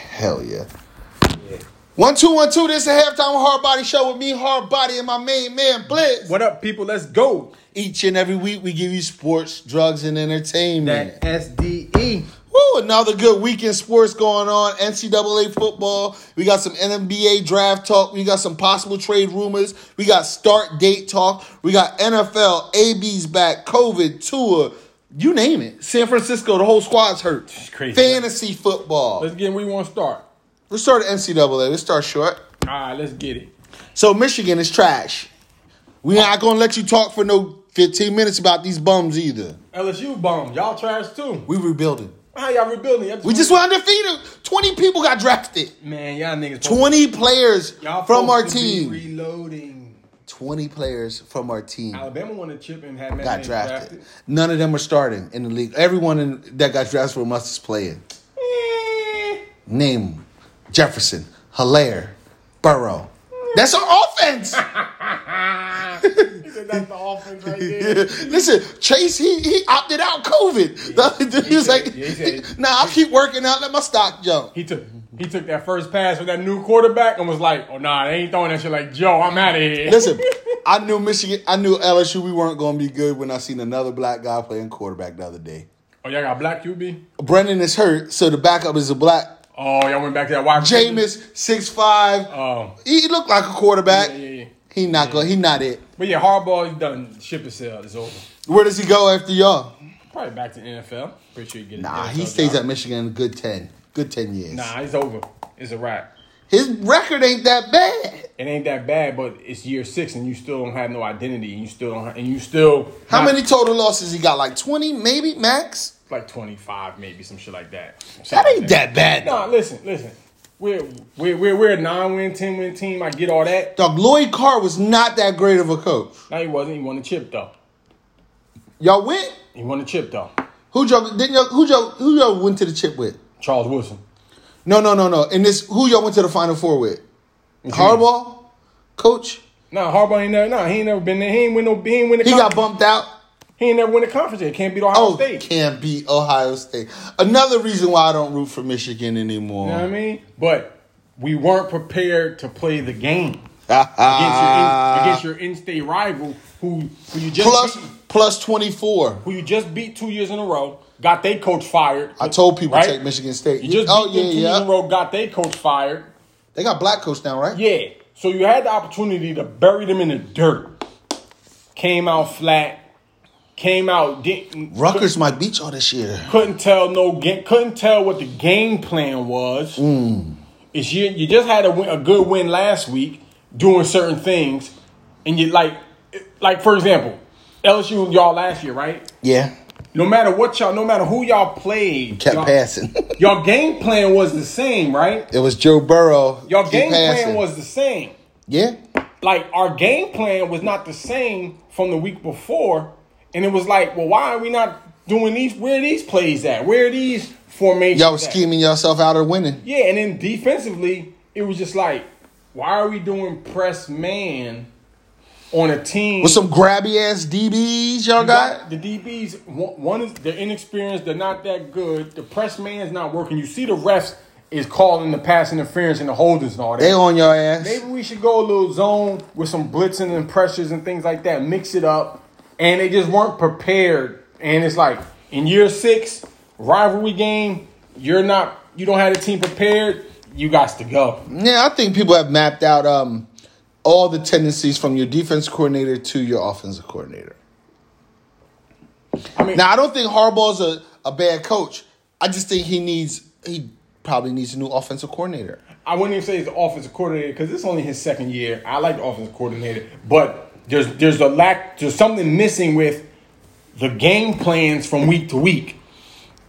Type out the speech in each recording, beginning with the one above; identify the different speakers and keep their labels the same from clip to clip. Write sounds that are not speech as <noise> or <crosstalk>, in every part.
Speaker 1: Hell yeah. One two one two. This is a halftime hard body show with me, hard body, and my main man Blitz.
Speaker 2: What up, people? Let's go.
Speaker 1: Each and every week, we give you sports, drugs, and entertainment.
Speaker 2: That E. SDE.
Speaker 1: Woo! Another good week in sports going on. NCAA football. We got some NBA draft talk. We got some possible trade rumors. We got start date talk. We got NFL. AB's back. COVID tour. You name it. San Francisco. The whole squad's hurt.
Speaker 2: crazy.
Speaker 1: Fantasy football.
Speaker 2: Let's get where we want to start.
Speaker 1: Let's start at NCAA. Let's start short.
Speaker 2: All right, let's get it.
Speaker 1: So Michigan is trash. We're not gonna let you talk for no 15 minutes about these bums either.
Speaker 2: LSU bombs. Y'all trash too.
Speaker 1: We rebuilding.
Speaker 2: How y'all rebuilding? Y'all
Speaker 1: We just went undefeated. 20 people got drafted.
Speaker 2: man, y'all niggas.
Speaker 1: 20 players
Speaker 2: y'all
Speaker 1: from our
Speaker 2: supposed to be
Speaker 1: team.
Speaker 2: reloading.
Speaker 1: 20 players from our team
Speaker 2: Alabama won a chip and had
Speaker 1: got drafted. None of them are starting in the league. Everyone in, that got drafted from us is playing.
Speaker 2: Eh,
Speaker 1: Name 'em. Jefferson, Hilaire, Burrow. That's our offense.
Speaker 2: he said that's the offense
Speaker 1: <laughs>
Speaker 2: right there.
Speaker 1: Listen, Chase, he, he opted out COVID. The other dude, <laughs> he was like,
Speaker 2: Yeah, he
Speaker 1: <laughs>
Speaker 2: said-
Speaker 1: nah, I'll keep working out, let my stock jump.
Speaker 2: He took he took that first pass with that new quarterback and was like, "Oh nah, they ain't throwing that shit like Joe. I'm out of here."
Speaker 1: Listen,
Speaker 2: <laughs>
Speaker 1: I knew Michigan, I knew LSU, we weren't going to be good when I seen another black guy playing quarterback the other day.
Speaker 2: Oh, y'all got black QB.
Speaker 1: Brendan is hurt, so the backup is a black.
Speaker 2: Oh, y'all went back to that wide. receiver?
Speaker 1: Jameis, 6'5.
Speaker 2: Oh,
Speaker 1: he looked like a quarterback.
Speaker 2: yeah, yeah, yeah.
Speaker 1: He not go, he not it.
Speaker 2: But yeah, Harbaugh is done. Ship is sailed. It's over.
Speaker 1: Where does he go after y'all?
Speaker 2: Probably back to the NFL. Pretty sure you get.
Speaker 1: Nah, he stays at Michigan a good 10. Good 10 years.
Speaker 2: Nah, it's over. It's a wrap.
Speaker 1: His record ain't that bad.
Speaker 2: It ain't that bad, but it's year six and you still don't have no identity. And you still don't. Have, and you still.
Speaker 1: How
Speaker 2: not-
Speaker 1: many total losses he got? Like 20, maybe, max?
Speaker 2: Like twenty five, maybe some shit like that.
Speaker 1: That ain't that bad.
Speaker 2: No, listen, listen. We're we're we're, we're a nine win, ten win team. I get all that.
Speaker 1: Dog, Lloyd Carr was not that great of a coach.
Speaker 2: No, he wasn't. He won the chip though.
Speaker 1: Y'all went?
Speaker 2: He won the chip though.
Speaker 1: Who y'all didn't y'all, who y'all who y'all went to the chip with?
Speaker 2: Charles Wilson.
Speaker 1: No, no, no, no. And this who y'all went to the final four with? Harbaugh? Coach?
Speaker 2: Nah, Harbaugh ain't never. Nah, he ain't never been there. He ain't win no. He ain't win the.
Speaker 1: He got
Speaker 2: conference.
Speaker 1: bumped out.
Speaker 2: He ain't never win the conference. He can't beat Ohio
Speaker 1: Oh,
Speaker 2: State.
Speaker 1: can't beat Ohio State. Another reason why I don't root for Michigan anymore.
Speaker 2: You know
Speaker 1: <laughs>
Speaker 2: what I mean? But we weren't prepared to play the game against, your, in, against your in-state rival who who you just
Speaker 1: Ah. Plus
Speaker 2: beat,
Speaker 1: plus twenty four.
Speaker 2: who you just beat two years in a row, got their coach fired.
Speaker 1: I told people
Speaker 2: right?
Speaker 1: take Michigan State.
Speaker 2: You just
Speaker 1: oh
Speaker 2: beat
Speaker 1: yeah,
Speaker 2: them two years in a
Speaker 1: yeah.
Speaker 2: row, got their coach fired.
Speaker 1: They got black coach now, right?
Speaker 2: Yeah, so you had the opportunity to bury them in the dirt. Came out flat. Came out didn't.
Speaker 1: Rutgers might beat y'all this year.
Speaker 2: couldn't tell no ga- couldn't tell what the game plan was.
Speaker 1: Mm.
Speaker 2: It's you you just had a, win, a good win last week doing certain things, and you like like for example LSU and y'all last year right.
Speaker 1: Yeah.
Speaker 2: No matter what y'all, no matter who y'all played,
Speaker 1: Kept
Speaker 2: y'all,
Speaker 1: passing. <laughs>
Speaker 2: Y'all game plan was the same, right?
Speaker 1: It was Joe Burrow.
Speaker 2: Y'all
Speaker 1: Keep
Speaker 2: game
Speaker 1: passing.
Speaker 2: plan was the same.
Speaker 1: Yeah.
Speaker 2: Like our game plan was not the same from the week before, and it was like, well, why are we not doing these? Where are these plays at? Where are these formations?
Speaker 1: Y'all was
Speaker 2: at?
Speaker 1: scheming yourself out of winning.
Speaker 2: Yeah, and then defensively, it was just like, why are we doing press man on a team?
Speaker 1: With some grabby ass DBs y'all got?
Speaker 2: The DBs, one one is they're inexperienced, they're not that good. The press man's not working. You see, the refs is calling the pass interference and the holders and all that.
Speaker 1: They on your ass.
Speaker 2: Maybe we should go a little zone with some blitzing and pressures and things like that. Mix it up. And they just weren't prepared. And it's like in year six, rivalry game, you're not you don't have the team prepared, you got to go.
Speaker 1: Yeah, I think people have mapped out um, all the tendencies from your defense coordinator to your offensive coordinator.
Speaker 2: I mean
Speaker 1: Now, I don't think Harbaugh's a, a bad coach. I just think he needs he probably needs a new offensive coordinator.
Speaker 2: I wouldn't even say he's the offensive coordinator because it's only his second year. I like the offensive coordinator, but there's there's a lack there's something missing with the game plans from week to week.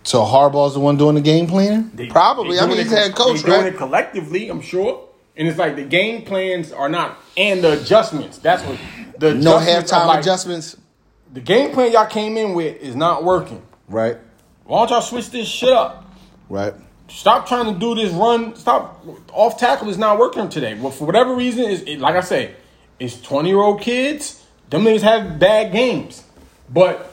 Speaker 1: So Harbaugh's the one doing the game plan?
Speaker 2: They-
Speaker 1: probably.
Speaker 2: they
Speaker 1: I
Speaker 2: doing
Speaker 1: mean,
Speaker 2: it-
Speaker 1: he's head coach,
Speaker 2: they doing
Speaker 1: right?
Speaker 2: it collectively, I'm sure. And it's like the game plans are not, and the adjustments. That's what the
Speaker 1: No
Speaker 2: adjustments are
Speaker 1: halftime
Speaker 2: like,
Speaker 1: adjustments,
Speaker 2: The game plan y'all came in with is not working.
Speaker 1: right?
Speaker 2: Why don't y'all switch this shit up?
Speaker 1: Right.
Speaker 2: Stop trying to do this run. Stop off tackle is not working today. Well, for whatever reason, is it, like I say, it's twenty year old kids. Them niggas have bad games, but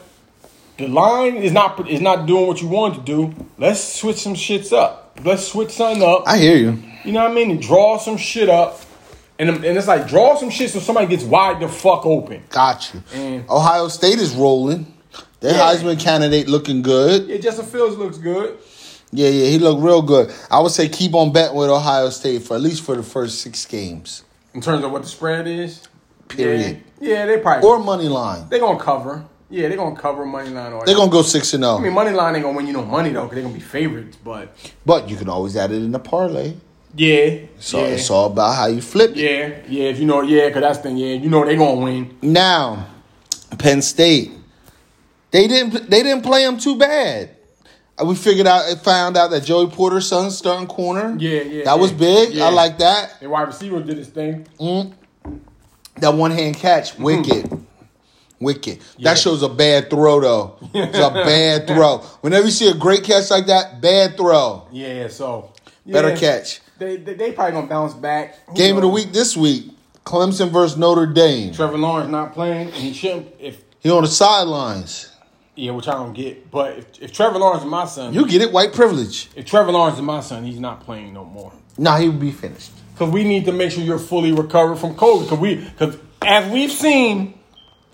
Speaker 2: the line is not is not doing what you want it to do. Let's switch some shits up. Let's switch something up.
Speaker 1: I hear you.
Speaker 2: You know what I mean? And draw some shit up. And, and it's like, draw some shit so somebody gets wide the fuck open.
Speaker 1: Got you.
Speaker 2: Mm.
Speaker 1: Ohio State is rolling. Their
Speaker 2: Yeah.
Speaker 1: Heisman candidate looking good.
Speaker 2: Yeah, Justin Fields looks good.
Speaker 1: Yeah, yeah, he looked real good. I would say keep on betting with Ohio State for at least for the first six games.
Speaker 2: In terms of what the spread is.
Speaker 1: Period.
Speaker 2: Yeah, yeah they probably.
Speaker 1: Or money line.
Speaker 2: they going to cover. Yeah, they going to cover money line. Or
Speaker 1: They're gonna go six and oh.
Speaker 2: I
Speaker 1: zero,
Speaker 2: mean, money line ain't going to win you no money, though, because they're going to be favorites. But
Speaker 1: but you can always add it in a parlay.
Speaker 2: yeah.
Speaker 1: So
Speaker 2: yeah.
Speaker 1: it's all about how you flip. it.
Speaker 2: Yeah, yeah, if you know, yeah, because that's the, yeah, you know they going to win.
Speaker 1: Now, Penn State, they didn't they didn't play him too bad. Uh, We figured out found out that Joey Porter's son starting corner.
Speaker 2: Yeah, yeah,
Speaker 1: That was
Speaker 2: yeah.
Speaker 1: big.
Speaker 2: Yeah.
Speaker 1: I like that.
Speaker 2: Their wide receiver did his thing.
Speaker 1: That one hand catch, wicked. Wicked.
Speaker 2: Mm-hmm. Yeah.
Speaker 1: That shows a bad throw though. It's a
Speaker 2: <laughs>
Speaker 1: bad throw. Whenever you see a great catch like that, bad throw.
Speaker 2: Yeah, so.
Speaker 1: Better
Speaker 2: yeah.
Speaker 1: catch.
Speaker 2: They, they, they probably going to bounce back. Who
Speaker 1: Game of the
Speaker 2: knows?
Speaker 1: week this week. Clemson versus Notre Dame.
Speaker 2: Trevor Lawrence not playing, and he shouldn't. If
Speaker 1: He on the sidelines.
Speaker 2: yeah, which I don't get, but if, if Trevor Lawrence is my son,
Speaker 1: You get it, white privilege.
Speaker 2: if Trevor Lawrence is my son, he's not playing no more.
Speaker 1: Nah, he would be finished.
Speaker 2: Because we need to make sure you're fully recovered from COVID. Because we, because as we've seen,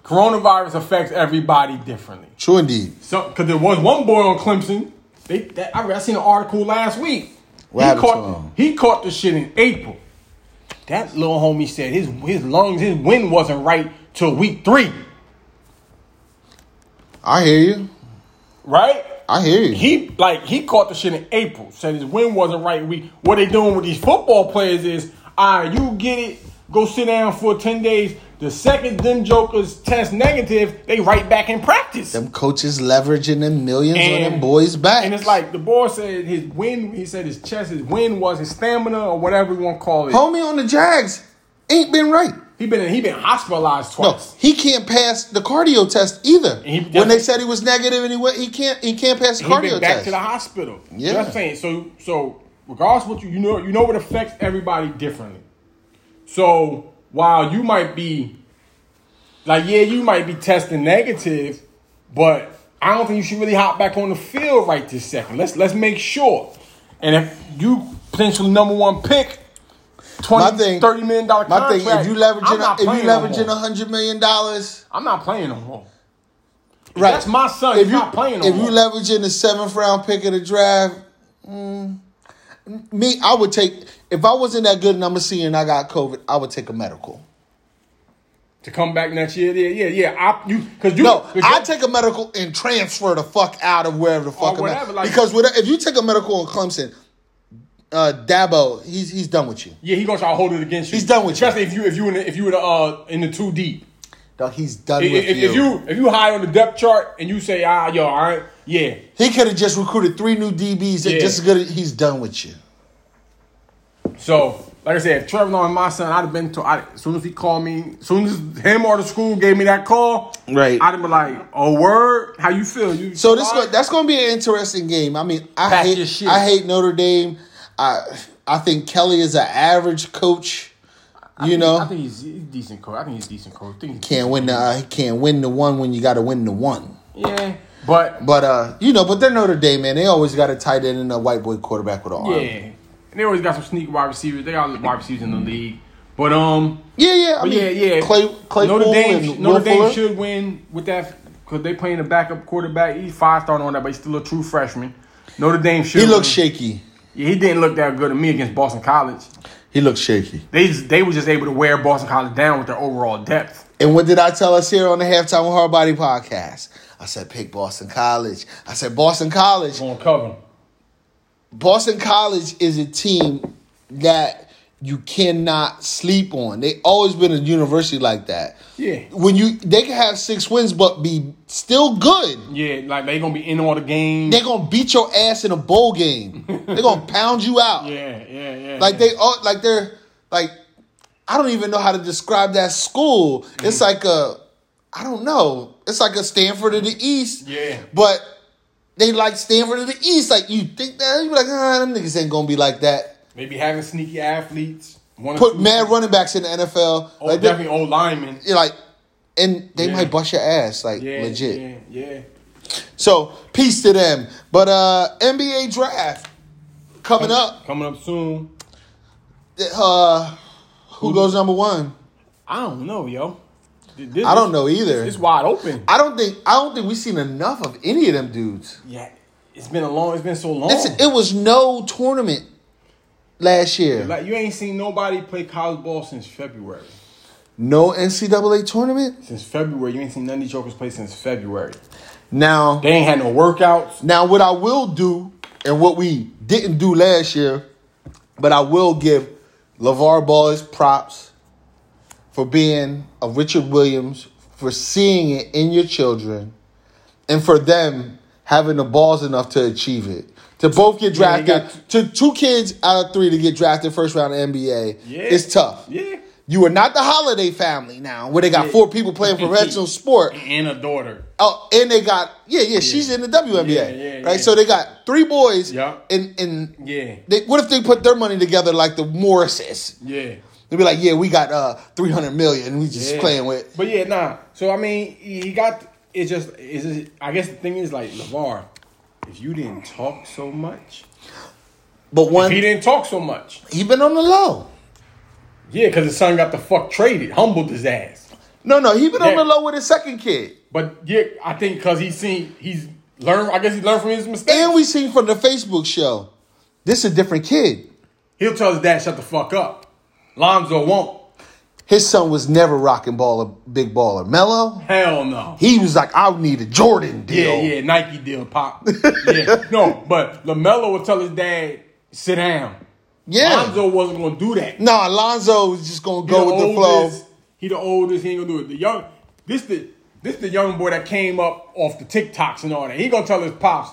Speaker 2: coronavirus affects everybody differently.
Speaker 1: True indeed.
Speaker 2: So, because there was one boy on Clemson, they that, I, I seen an article last week.
Speaker 1: What
Speaker 2: he
Speaker 1: happened to
Speaker 2: caught
Speaker 1: him?
Speaker 2: he caught the shit in April. That little homie said his his lungs his wind wasn't right till week three,
Speaker 1: I hear you.
Speaker 2: right?
Speaker 1: I hear you.
Speaker 2: he like he caught the shit in April. Said his win wasn't right. We what they doing with these football players is, all right, you get it, go sit down for ten days. The second them jokers test negative, they right back in practice.
Speaker 1: them coaches leveraging them millions on them
Speaker 2: And-
Speaker 1: boys' back.
Speaker 2: And it's like the boy said his win. He said his chest, his win was his stamina or whatever you want to call it.
Speaker 1: homie on the Jags ain't been right.
Speaker 2: He been he been hospitalized
Speaker 1: No,
Speaker 2: twice.
Speaker 1: he can't pass the cardio test either.
Speaker 2: He-
Speaker 1: when they said he was negative and he went, he can't he can't pass the
Speaker 2: he
Speaker 1: cardio
Speaker 2: been back
Speaker 1: test.
Speaker 2: to the hospital.
Speaker 1: Yeah.
Speaker 2: You know what I'm saying? So so regardless of what you you know you know what affects everybody differently. So while you might be like yeah, you might be testing negative, but I don't think you should really hop back on the field right this second. Let's let's make sure. And if you potentially number one pick, 20,
Speaker 1: My thing-
Speaker 2: 30 million dollar
Speaker 1: My thing,
Speaker 2: contract.
Speaker 1: if you
Speaker 2: I'm
Speaker 1: leveraging
Speaker 2: not
Speaker 1: a, if
Speaker 2: playing
Speaker 1: you
Speaker 2: no
Speaker 1: leveraging
Speaker 2: more.
Speaker 1: a hundred million dollars,
Speaker 2: I'm not playing no more.
Speaker 1: right?
Speaker 2: That's my son.
Speaker 1: If
Speaker 2: He's
Speaker 1: you
Speaker 2: not playing no
Speaker 1: if
Speaker 2: more.
Speaker 1: you leveraging the seventh round pick of the draft, mm, me I would take if I wasn't that good and I'm a senior and I got COVID, I would take a medical.
Speaker 2: to come back next year, yeah, yeah, yeah. I, you because you
Speaker 1: No,
Speaker 2: <laughs> 'cause
Speaker 1: I
Speaker 2: you-
Speaker 1: take a medical and transfer the fuck out of wherever the fuck I'm
Speaker 2: Oh, whatever,
Speaker 1: at.
Speaker 2: like-
Speaker 1: because with, if you take a medical in Clemson, uh, Dabo, he's he's done with you.
Speaker 2: Yeah, he gonna try to hold it against you.
Speaker 1: He's done with you.
Speaker 2: Especially if you if you in the, if you in the uh in the two deep.
Speaker 1: Dog, he's done
Speaker 2: If,
Speaker 1: with
Speaker 2: if-
Speaker 1: you.
Speaker 2: if you if you high on the depth chart and you say ah yo all right yeah
Speaker 1: He could have just recruited three new DBs. that
Speaker 2: Yeah.
Speaker 1: Just as good. as- He's done with you.
Speaker 2: so like I said if Trevor Lawrence my son I'd have been to I, as soon as he called me as soon as him or the school gave me that call
Speaker 1: Right.
Speaker 2: I'd have been like oh word how you feel you
Speaker 1: So this
Speaker 2: all
Speaker 1: go,
Speaker 2: right?
Speaker 1: that's going to be an interesting game. I mean, I
Speaker 2: Pack your
Speaker 1: hate
Speaker 2: shit.
Speaker 1: I hate Notre Dame. I I think Kelly is an average coach. You know,
Speaker 2: I think he's, he's decent coach I think he's decent coach I think he's
Speaker 1: can't win the uh, can't win the one when you got to win the one.
Speaker 2: yeah but
Speaker 1: But uh, you know, but they're Notre Dame, man. They always got a tight end and a white boy quarterback with an arm.
Speaker 2: yeah and they always got some sneak wide receivers they got wide receivers in the league but um
Speaker 1: yeah, yeah. Mm-hmm. I
Speaker 2: But
Speaker 1: mean,
Speaker 2: yeah, yeah.
Speaker 1: Clay, Clay
Speaker 2: Notre
Speaker 1: and
Speaker 2: Dame,
Speaker 1: Will
Speaker 2: Notre Dame
Speaker 1: Fuller.
Speaker 2: should win with that because they playing a backup quarterback. He's five star on that, but he's still a true freshman. Notre Dame should.
Speaker 1: He looks
Speaker 2: win.
Speaker 1: shaky.
Speaker 2: Yeah, he didn't look that good to me against Boston College.
Speaker 1: He looks shaky.
Speaker 2: They they were just able to wear Boston College down with their overall depth.
Speaker 1: And what did I tell us here on the Halftime with Hard Body podcast? I said pick Boston College. I said Boston College.
Speaker 2: On cover.
Speaker 1: Boston College is a team that you cannot sleep on. They always been a university like that.
Speaker 2: Yeah.
Speaker 1: When you they can have six wins but be still good.
Speaker 2: Yeah, like they gonna be in all the games.
Speaker 1: They're gonna beat your ass in a bowl game. They're gonna
Speaker 2: <laughs>
Speaker 1: pound you out.
Speaker 2: yeah, yeah, yeah.
Speaker 1: Like they all like they're like I don't even know how to describe that school.
Speaker 2: Mm-hmm.
Speaker 1: It's like a I don't know. It's like a Stanford of the East.
Speaker 2: Yeah.
Speaker 1: But they like Stanford of the East. Like you think that you be like, ah, them niggas ain't gonna be like that.
Speaker 2: maybe having sneaky athletes. One or
Speaker 1: Put
Speaker 2: two-
Speaker 1: mad running backs in the NFL.
Speaker 2: Oh,
Speaker 1: like, they,
Speaker 2: definitely old linemen.
Speaker 1: like and they
Speaker 2: Yeah.
Speaker 1: might bust your ass, like
Speaker 2: Yeah,
Speaker 1: legit.
Speaker 2: Yeah, yeah.
Speaker 1: So peace to them. But uh NBA draft. Coming up,
Speaker 2: Coming up soon.
Speaker 1: uh, who goes number one?
Speaker 2: I don't know, yo. Th- this-
Speaker 1: I don't know either.
Speaker 2: It's wide open.
Speaker 1: I don't think I don't think we've seen enough of any of them dudes.
Speaker 2: yeah, it's been a long. It's been so long.
Speaker 1: It's, it was no tournament last year.
Speaker 2: like you ain't seen nobody play college ball since February.
Speaker 1: No NCAA tournament.
Speaker 2: Since February, you ain't seen none of these jokers play since February.
Speaker 1: Now,
Speaker 2: They ain't had no workouts.
Speaker 1: now what I will do and what we didn't do last year, but I will give LeVar Ball his props for being a Richard Williams, for seeing it in your children, and for them having the balls enough to achieve it. To both get
Speaker 2: Yeah, they
Speaker 1: drafted,
Speaker 2: got-
Speaker 1: to two kids out of three to get drafted first round of NBA,
Speaker 2: Yeah.
Speaker 1: it's tough.
Speaker 2: Yeah.
Speaker 1: You are not the holiday family now, where they got
Speaker 2: Yeah.
Speaker 1: four people
Speaker 2: <laughs>
Speaker 1: playing professional sport.
Speaker 2: And a daughter.
Speaker 1: Oh, and they got yeah, yeah. She's in the WNBA,
Speaker 2: Yeah, yeah,
Speaker 1: right?
Speaker 2: yeah.
Speaker 1: So they got three boys.
Speaker 2: Yeah.
Speaker 1: And and
Speaker 2: Yeah.
Speaker 1: they, what if they put their money together like the Morrises?
Speaker 2: Yeah.
Speaker 1: They'd be like, yeah, we got uh three hundred million. and We just
Speaker 2: Yeah.
Speaker 1: playing with.
Speaker 2: But yeah, nah. So I mean, he got. It's just. It's just I guess the thing is like Levar. If you didn't talk so much,
Speaker 1: But one,
Speaker 2: if he
Speaker 1: he,
Speaker 2: didn't talk so much.
Speaker 1: been on the low.
Speaker 2: Yeah, because his son got the fuck traded, humbled his ass.
Speaker 1: No, no, he been on
Speaker 2: Yeah.
Speaker 1: the low with his second kid.
Speaker 2: But yeah, I think because he's seen, he's learned. I guess he learned from his mistakes.
Speaker 1: And we seen from the Facebook show, this a different kid.
Speaker 2: He'll tell his dad, "Shut the fuck up." Lonzo won't.
Speaker 1: His son was never rocking baller, big baller. Mello,
Speaker 2: Hell no.
Speaker 1: he was like, I need a Jordan
Speaker 2: Yeah,
Speaker 1: deal.
Speaker 2: yeah, Nike
Speaker 1: <laughs>
Speaker 2: deal, pop. yeah, no, but Lamelo would tell his dad, "Sit down."
Speaker 1: Yeah.
Speaker 2: Lonzo wasn't gonna do that.
Speaker 1: No, Alonzo is just gonna
Speaker 2: He
Speaker 1: go with the flow.
Speaker 2: oldest- He the oldest. He ain't gonna do it. The young, this the this the young boy that came up off the TikToks and all that. He gonna tell his pops,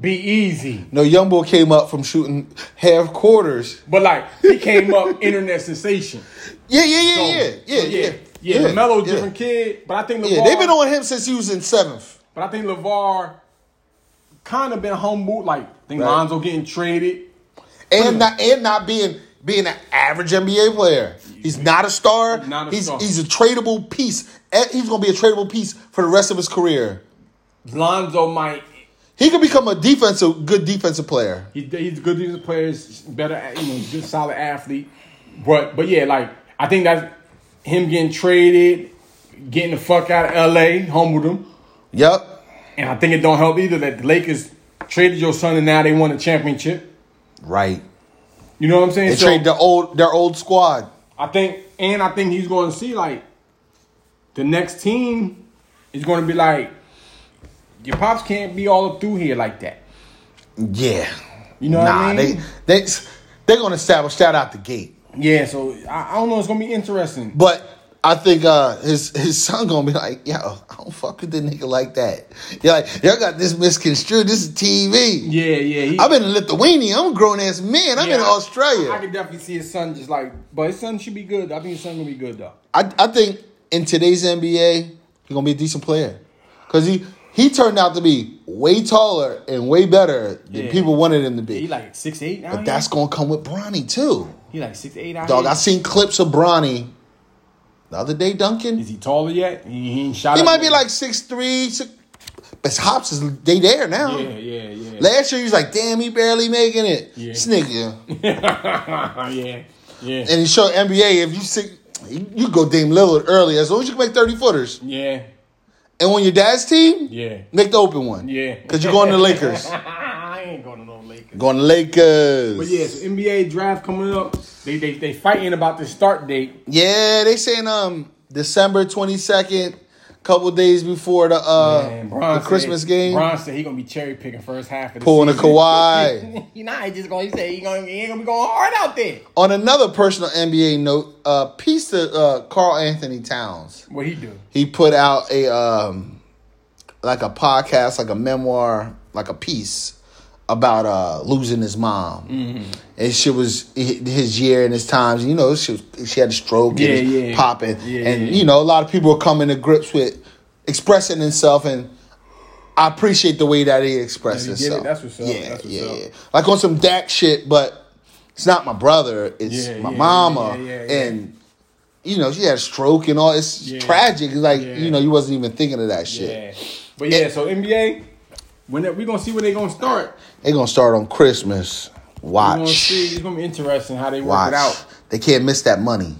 Speaker 2: "Be easy."
Speaker 1: No, young boy came up from shooting half quarters.
Speaker 2: But like he came up <laughs> internet sensation.
Speaker 1: Yeah, yeah, yeah, yeah,
Speaker 2: So,
Speaker 1: yeah,
Speaker 2: so
Speaker 1: yeah.
Speaker 2: Oh, yeah. Melo's
Speaker 1: yeah.
Speaker 2: different kid, but I think Levar.
Speaker 1: Yeah, they've been on him since he was in seventh.
Speaker 2: But I think Levar kind of been humbled. Like I think
Speaker 1: Right.
Speaker 2: Lonzo getting traded.
Speaker 1: and not and not being being an average NBA player. He's not a star.
Speaker 2: Not a
Speaker 1: he's
Speaker 2: star.
Speaker 1: he's a tradable piece. Eh, He's gonna be a tradable piece for the rest of his career.
Speaker 2: Lonzo might.
Speaker 1: He could become a defensive good defensive player.
Speaker 2: He, he's a good defensive player. He's better, at- you know, good solid athlete. But but yeah, like I think that's him getting traded, getting the fuck out of LA, humbled him.
Speaker 1: Yep.
Speaker 2: And I think it don't help either that the Lakers traded your son and now they won a championship.
Speaker 1: Right.
Speaker 2: You know what I'm saying?
Speaker 1: They
Speaker 2: So-
Speaker 1: trade the old their old squad.
Speaker 2: I think, and I think he's going to see like the next team is going to be like your pops can't be all up through here like that.
Speaker 1: Yeah.
Speaker 2: You know what
Speaker 1: nah,
Speaker 2: I mean?
Speaker 1: they they they're gonna establish that out the gate.
Speaker 2: Yeah, so I, I don't know. It's going to be interesting.
Speaker 1: But I think uh, his his son gonna be like, yo, I don't fuck with the nigga like that. You're like, y'all got this misconstrued. This is TV.
Speaker 2: Yeah, yeah. He,
Speaker 1: I've been in Lithuania. I'm a grown ass man. I'm
Speaker 2: yeah,
Speaker 1: in
Speaker 2: I-
Speaker 1: Australia.
Speaker 2: I,
Speaker 1: I,
Speaker 2: could definitely see his son just like, but his son should be good. I think his son gonna be good though.
Speaker 1: I, think in today's NBA, he's gonna be a decent player because he he turned out to be way taller and way better than
Speaker 2: Yeah.
Speaker 1: people wanted him to be.
Speaker 2: He like six eight now.
Speaker 1: but that's gonna come with Bronny too,
Speaker 2: he like six eight.
Speaker 1: dog. I seen clips of Bronny the other day. Duncan,
Speaker 2: Is he taller yet? He, he ain't shot.
Speaker 1: He
Speaker 2: up
Speaker 1: might be
Speaker 2: yet.
Speaker 1: like 6'3", six, but Hops is they there now.
Speaker 2: Yeah, yeah, yeah.
Speaker 1: Last year he was like, damn, he barely making it.
Speaker 2: Yeah.
Speaker 1: This nigga.
Speaker 2: <laughs> yeah, yeah,
Speaker 1: And he showed NBA if you six, you go Dame Lillard early as long as you can make thirty footers.
Speaker 2: yeah,
Speaker 1: And when your dad's team,
Speaker 2: yeah.
Speaker 1: make the open one.
Speaker 2: Yeah. <laughs>
Speaker 1: because you're going to the Lakers.
Speaker 2: I ain't going to no Lakers.
Speaker 1: going to Lakers.
Speaker 2: But yes, NBA draft coming up. They they they fighting about the start date.
Speaker 1: yeah, they saying um December twenty second, couple days before the uh
Speaker 2: And
Speaker 1: the
Speaker 2: said-
Speaker 1: Christmas game.
Speaker 2: Bron said he gonna be cherry picking first half of the
Speaker 1: Pulling a
Speaker 2: season. <laughs>
Speaker 1: Kawhi.
Speaker 2: he not he just gonna he say he gonna he ain't gonna be going hard out there.
Speaker 1: On another personal NBA note, uh, piece to uh, Carl Anthony Towns.
Speaker 2: What he do?
Speaker 1: he put out a um like a podcast like a memoir like a piece about uh losing his mom
Speaker 2: Mm-hmm.
Speaker 1: and shit was hi- his year and his times you know she, was, she had a stroke
Speaker 2: Yeah,
Speaker 1: and it was
Speaker 2: yeah.
Speaker 1: popping
Speaker 2: Yeah,
Speaker 1: and
Speaker 2: yeah.
Speaker 1: you know a lot of people are coming to grips with expressing himself and I appreciate the way that he expressed
Speaker 2: That he did it.
Speaker 1: himself.
Speaker 2: That's what's up.
Speaker 1: Yeah,
Speaker 2: That's what's
Speaker 1: yeah,
Speaker 2: up.
Speaker 1: yeah. Like on some Dak shit, but it's not my brother. It's
Speaker 2: Yeah,
Speaker 1: my
Speaker 2: yeah,
Speaker 1: mama.
Speaker 2: yeah, yeah, yeah.
Speaker 1: And you know, she had a stroke and all. It's
Speaker 2: Yeah.
Speaker 1: tragic. It's like
Speaker 2: Yeah.
Speaker 1: you know, you wasn't even thinking of that shit.
Speaker 2: Yeah. But yeah, so NBA, when they- we gonna see where they gonna start.
Speaker 1: They gonna start on Christmas.
Speaker 2: We're gonna
Speaker 1: Watch.
Speaker 2: see. It's gonna be interesting how they work it
Speaker 1: Watch.
Speaker 2: out.
Speaker 1: They can't miss that money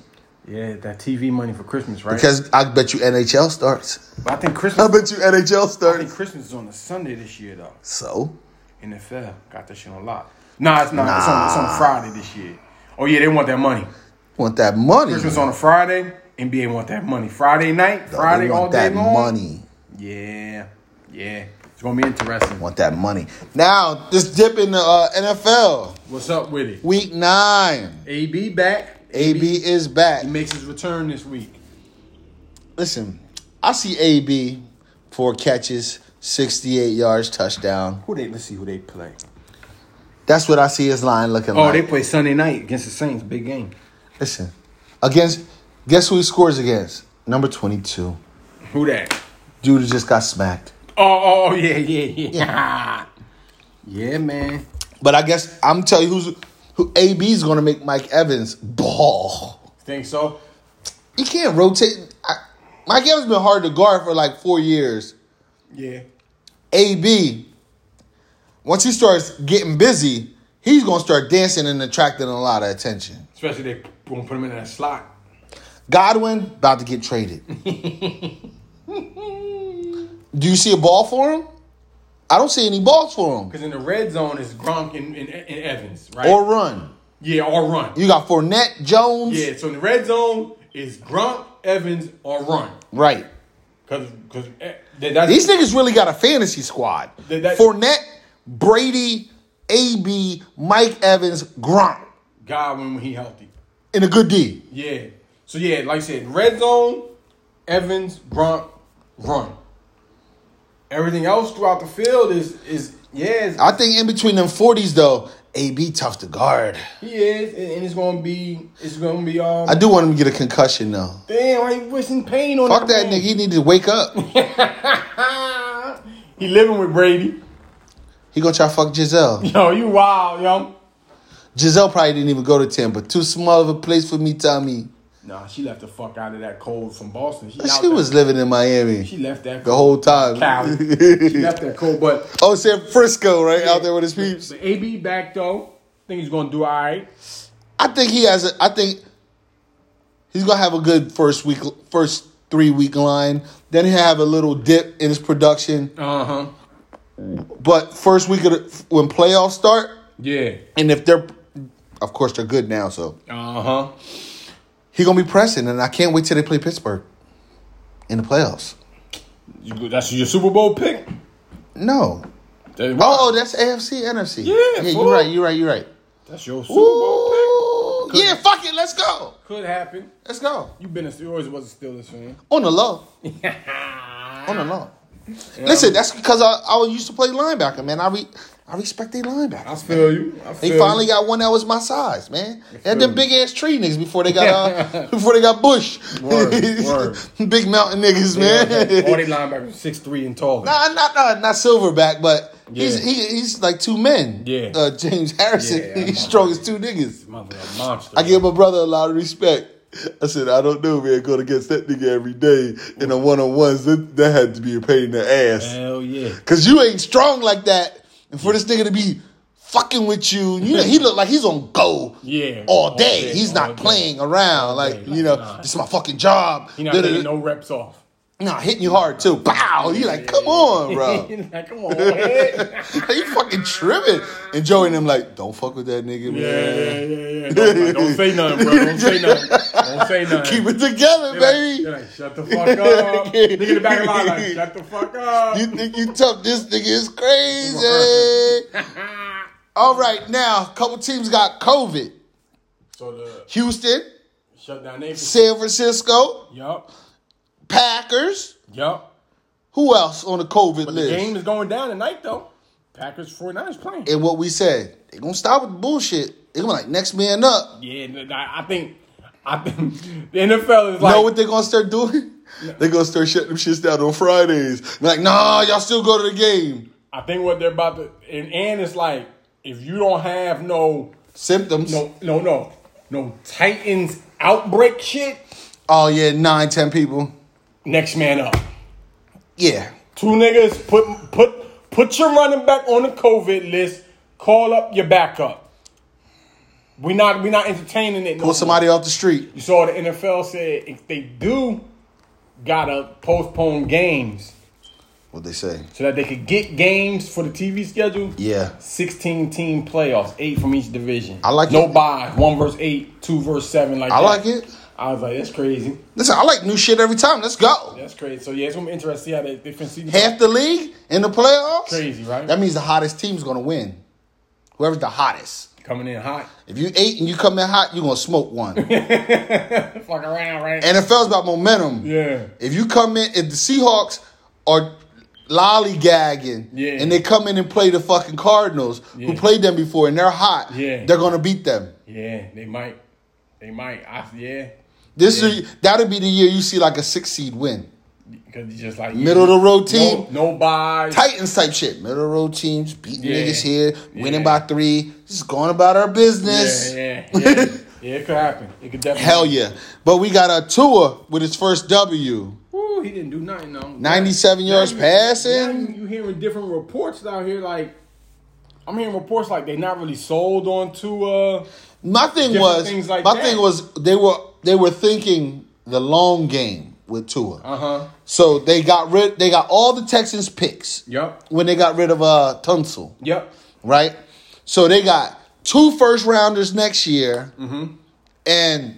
Speaker 2: Yeah, that TV money for Christmas, right?
Speaker 1: because I bet you NHL starts. <laughs>
Speaker 2: but I think
Speaker 1: I
Speaker 2: Christmas.
Speaker 1: bet you NHL
Speaker 2: I think
Speaker 1: starts.
Speaker 2: Christmas is on a Sunday this year though.
Speaker 1: So
Speaker 2: NFL got that shit on lock. Nah, it's not. It's, on, it's on Friday this year. Oh yeah, they want that money.
Speaker 1: want that money?
Speaker 2: Christmas on a Friday. NBA want that money. Friday night,
Speaker 1: They
Speaker 2: Friday
Speaker 1: want
Speaker 2: all day
Speaker 1: that
Speaker 2: long.
Speaker 1: money.
Speaker 2: Yeah, yeah. It's gonna be interesting.
Speaker 1: Want that money now? This dip in the uh, NFL
Speaker 2: What's up with it?
Speaker 1: week nine.
Speaker 2: AB back.
Speaker 1: AB is back.
Speaker 2: He makes his return this week.
Speaker 1: Listen, I see AB four catches, sixty-eight yards, touchdown.
Speaker 2: Who they? Let's see who they play.
Speaker 1: That's what I see his line looking
Speaker 2: Oh,
Speaker 1: like.
Speaker 2: they play Sunday night against the Saints. Big game.
Speaker 1: Listen, against guess who he scores against? Number twenty-two.
Speaker 2: Who that?
Speaker 1: Dude who just got smacked.
Speaker 2: Oh, oh, oh, yeah, yeah, yeah. Yeah, man.
Speaker 1: But I guess I'm telling you who's who. AB's going to make Mike Evans ball.
Speaker 2: Think so?
Speaker 1: He can't rotate. I, Mike Evans been hard to guard for like four years.
Speaker 2: Yeah.
Speaker 1: AB, once he starts getting busy, he's going to start dancing and attracting a lot of attention.
Speaker 2: Especially they gonna put him in that slot.
Speaker 1: Godwin about to get traded. Do you see a ball for him? I don't see any balls for him.
Speaker 2: Because in the red zone is Gronk and, and, and Evans, right?
Speaker 1: Or run.
Speaker 2: yeah, or run.
Speaker 1: You got Fournette, Jones.
Speaker 2: Yeah, so in the red zone is Gronk, Evans, or run.
Speaker 1: Right.
Speaker 2: Because because that's
Speaker 1: These niggas really got a fantasy squad.
Speaker 2: That- that-
Speaker 1: Fournette, Brady, AB, Mike Evans, Gronk,
Speaker 2: Godwin when he healthy.
Speaker 1: and a good D.
Speaker 2: Yeah. So yeah, like I said, red zone, Evans, Gronk, run. Everything else throughout the field is is yeah, is-
Speaker 1: I think in between them 40s, though, AB tough to guard.
Speaker 2: he is, and and it's gonna be it's gonna be um.
Speaker 1: I do want him to get a concussion, though.
Speaker 2: damn, I ain't wishing pain on
Speaker 1: Fuck that
Speaker 2: man. Ah.
Speaker 1: nigga. He need to wake up.
Speaker 2: he living with Brady.
Speaker 1: He gonna try to fuck Giselle.
Speaker 2: Yo, you wild, yo.
Speaker 1: Giselle probably didn't even go to Tampa. Too small of a place for me, Tommy.
Speaker 2: Nah, she left the fuck out of that cold from Boston. She, out
Speaker 1: She
Speaker 2: that-
Speaker 1: was living in Miami
Speaker 2: She left that
Speaker 1: the whole time.
Speaker 2: Cali. <laughs>
Speaker 1: <laughs>
Speaker 2: she left that cold, but
Speaker 1: oh, it's in Frisco, right? Out there with his peeps.
Speaker 2: But AB back though. Think he's gonna do all right.
Speaker 1: I think he has. A, I think he's gonna have a good first week, first three week line. Then he will have a little dip in his production.
Speaker 2: Uh huh.
Speaker 1: But first week of the, when playoffs start,
Speaker 2: Yeah.
Speaker 1: and if they're, of course, they're good now. So
Speaker 2: Uh huh.
Speaker 1: he gonna be pressing, and I can't wait till they play Pittsburgh in the playoffs.
Speaker 2: That's your Super Bowl pick.
Speaker 1: No. Oh, that's AFC, NFC.
Speaker 2: Yeah,
Speaker 1: yeah
Speaker 2: fool.
Speaker 1: you're right. You're right. You're right.
Speaker 2: that's your Super Bowl
Speaker 1: Oh. Ooh, yeah, fuck it. Let's go.
Speaker 2: pick. Could happen.
Speaker 1: Let's go.
Speaker 2: You've been a you always was a Steelers fan.
Speaker 1: On the low. On the low. Listen, that's because I, I used to play linebacker, man. I re, I respect they
Speaker 2: I
Speaker 1: linebackers.
Speaker 2: feel you. I feel
Speaker 1: They finally got one that was my size, man. They had them big ass tree niggas before they got
Speaker 2: <laughs>
Speaker 1: uh, before they got Bush.
Speaker 2: Word, word.
Speaker 1: <laughs> big mountain niggas,
Speaker 2: you. Yeah,
Speaker 1: man. <laughs>
Speaker 2: all they linebackers six three and tall.
Speaker 1: Nah, not not not silverback, but he's
Speaker 2: Yeah.
Speaker 1: he, he's like two men.
Speaker 2: Yeah.
Speaker 1: uh, James Harrison.
Speaker 2: Yeah,
Speaker 1: he's
Speaker 2: I'm-
Speaker 1: strong as two niggas.
Speaker 2: Mother of monster.
Speaker 1: I give my brother a lot of respect. I said, I don't know, man. Going against that nigga every day in a one on ones, that, that had to be a pain in the ass.
Speaker 2: Hell yeah.
Speaker 1: Cause you ain't strong like that, and for this nigga to be fucking with you, you know, he look like he's on go
Speaker 2: Yeah.
Speaker 1: all day. he's
Speaker 2: all
Speaker 1: not
Speaker 2: day.
Speaker 1: playing around, like
Speaker 2: day.
Speaker 1: you know,
Speaker 2: Nah.
Speaker 1: this is my fucking job.
Speaker 2: He not
Speaker 1: Da-da-da.
Speaker 2: taking no reps off.
Speaker 1: Nah, hitting you hard too. Bow. You like, come on,
Speaker 2: <laughs>
Speaker 1: bro.
Speaker 2: He's like, come on, man.
Speaker 1: you fucking tripping. And Joey and him like, don't fuck with that nigga, man.
Speaker 2: Yeah, yeah, yeah, yeah. Don't, don't say nothing, bro. Don't say nothing. Don't say nothing.
Speaker 1: <laughs> Keep it together,
Speaker 2: They're
Speaker 1: baby.
Speaker 2: Like, they're like, shut the fuck up. Nigga in the back of the line, like, shut the fuck up.
Speaker 1: You think you tough? This nigga is crazy. All right, now a couple teams got COVID.
Speaker 2: so the
Speaker 1: Houston,
Speaker 2: shutdown nation.
Speaker 1: San Francisco,
Speaker 2: Yup.
Speaker 1: Packers.
Speaker 2: Yup.
Speaker 1: Who else on the COVID
Speaker 2: But the
Speaker 1: list?
Speaker 2: game is going down tonight, though. Packers 49ers playing.
Speaker 1: and what we said, they gonna stop with the bullshit. They gonna be like next man up.
Speaker 2: yeah, and I I think, I think <laughs> the NFL is like,
Speaker 1: know what they gonna start doing? They gonna start shutting them shits down on Fridays. Be like, nah, y'all still go to the game.
Speaker 2: I think what they're about to, and, and it's like, if you don't have no,
Speaker 1: Symptoms.
Speaker 2: no, no, no, no Titans outbreak shit,
Speaker 1: Oh yeah, nine, ten people.
Speaker 2: next man up.
Speaker 1: Yeah.
Speaker 2: Two niggas put put put your running back on the COVID list. Call up your backup. We not we not entertaining it. no
Speaker 1: Pull
Speaker 2: more.
Speaker 1: somebody off the street.
Speaker 2: You saw the NFL said if they do, gotta postpone games
Speaker 1: What they say?
Speaker 2: so that they could get games for the TV schedule.
Speaker 1: Yeah.
Speaker 2: 16 team playoffs, eight from each division.
Speaker 1: I like
Speaker 2: no
Speaker 1: it.
Speaker 2: buy, one verse eight, two verse seven. Like
Speaker 1: I
Speaker 2: that.
Speaker 1: like it.
Speaker 2: I was like, that's crazy.
Speaker 1: Listen, I like new shit every time. Let's go.
Speaker 2: That's crazy. So yeah, it's gonna be interesting to see how they different seasons.
Speaker 1: Half the league in the playoffs.
Speaker 2: Crazy, right?
Speaker 1: That means the hottest team's gonna win. Whoever's the hottest.
Speaker 2: Coming in hot,
Speaker 1: If you eight and you come in hot, you're gonna smoke
Speaker 2: <laughs>
Speaker 1: one.
Speaker 2: fuck around, right?
Speaker 1: NFL's about momentum.
Speaker 2: yeah,
Speaker 1: If you come in, if the Seahawks are lollygagging
Speaker 2: Yeah.
Speaker 1: and they come in and play the fucking Cardinals, who
Speaker 2: Yeah.
Speaker 1: played them before and they're hot,
Speaker 2: Yeah.
Speaker 1: they're gonna beat them.
Speaker 2: yeah, they might, they might. I, yeah,
Speaker 1: This year, that'll be the year you see like a six seed win.
Speaker 2: because it's just like
Speaker 1: Middle of the road team.
Speaker 2: No, no buys.
Speaker 1: Titans type shit. Middle of the road teams, beating
Speaker 2: Yeah.
Speaker 1: niggas here, winning
Speaker 2: Yeah.
Speaker 1: by three, just going about our business.
Speaker 2: Yeah,
Speaker 1: <laughs>
Speaker 2: yeah, yeah. yeah, it could happen. It could definitely.
Speaker 1: Hell yeah. But we got a tour with his first W.
Speaker 2: Ooh, he didn't do nothing though.
Speaker 1: 97 yards
Speaker 2: Now you-
Speaker 1: passing.
Speaker 2: now You, you hearing different reports out here? Like, I'm hearing reports like they not really sold on to. Uh,
Speaker 1: My thing
Speaker 2: Different
Speaker 1: was,
Speaker 2: things like
Speaker 1: my
Speaker 2: that.
Speaker 1: thing was, they were they were thinking the long game with Tua.
Speaker 2: uh huh.
Speaker 1: So they got rid, they got all the Texans picks
Speaker 2: Yep.
Speaker 1: when they got rid of uh Tunsil,
Speaker 2: Yep.
Speaker 1: right? So they got two first rounders next year,
Speaker 2: Mm-hmm.
Speaker 1: and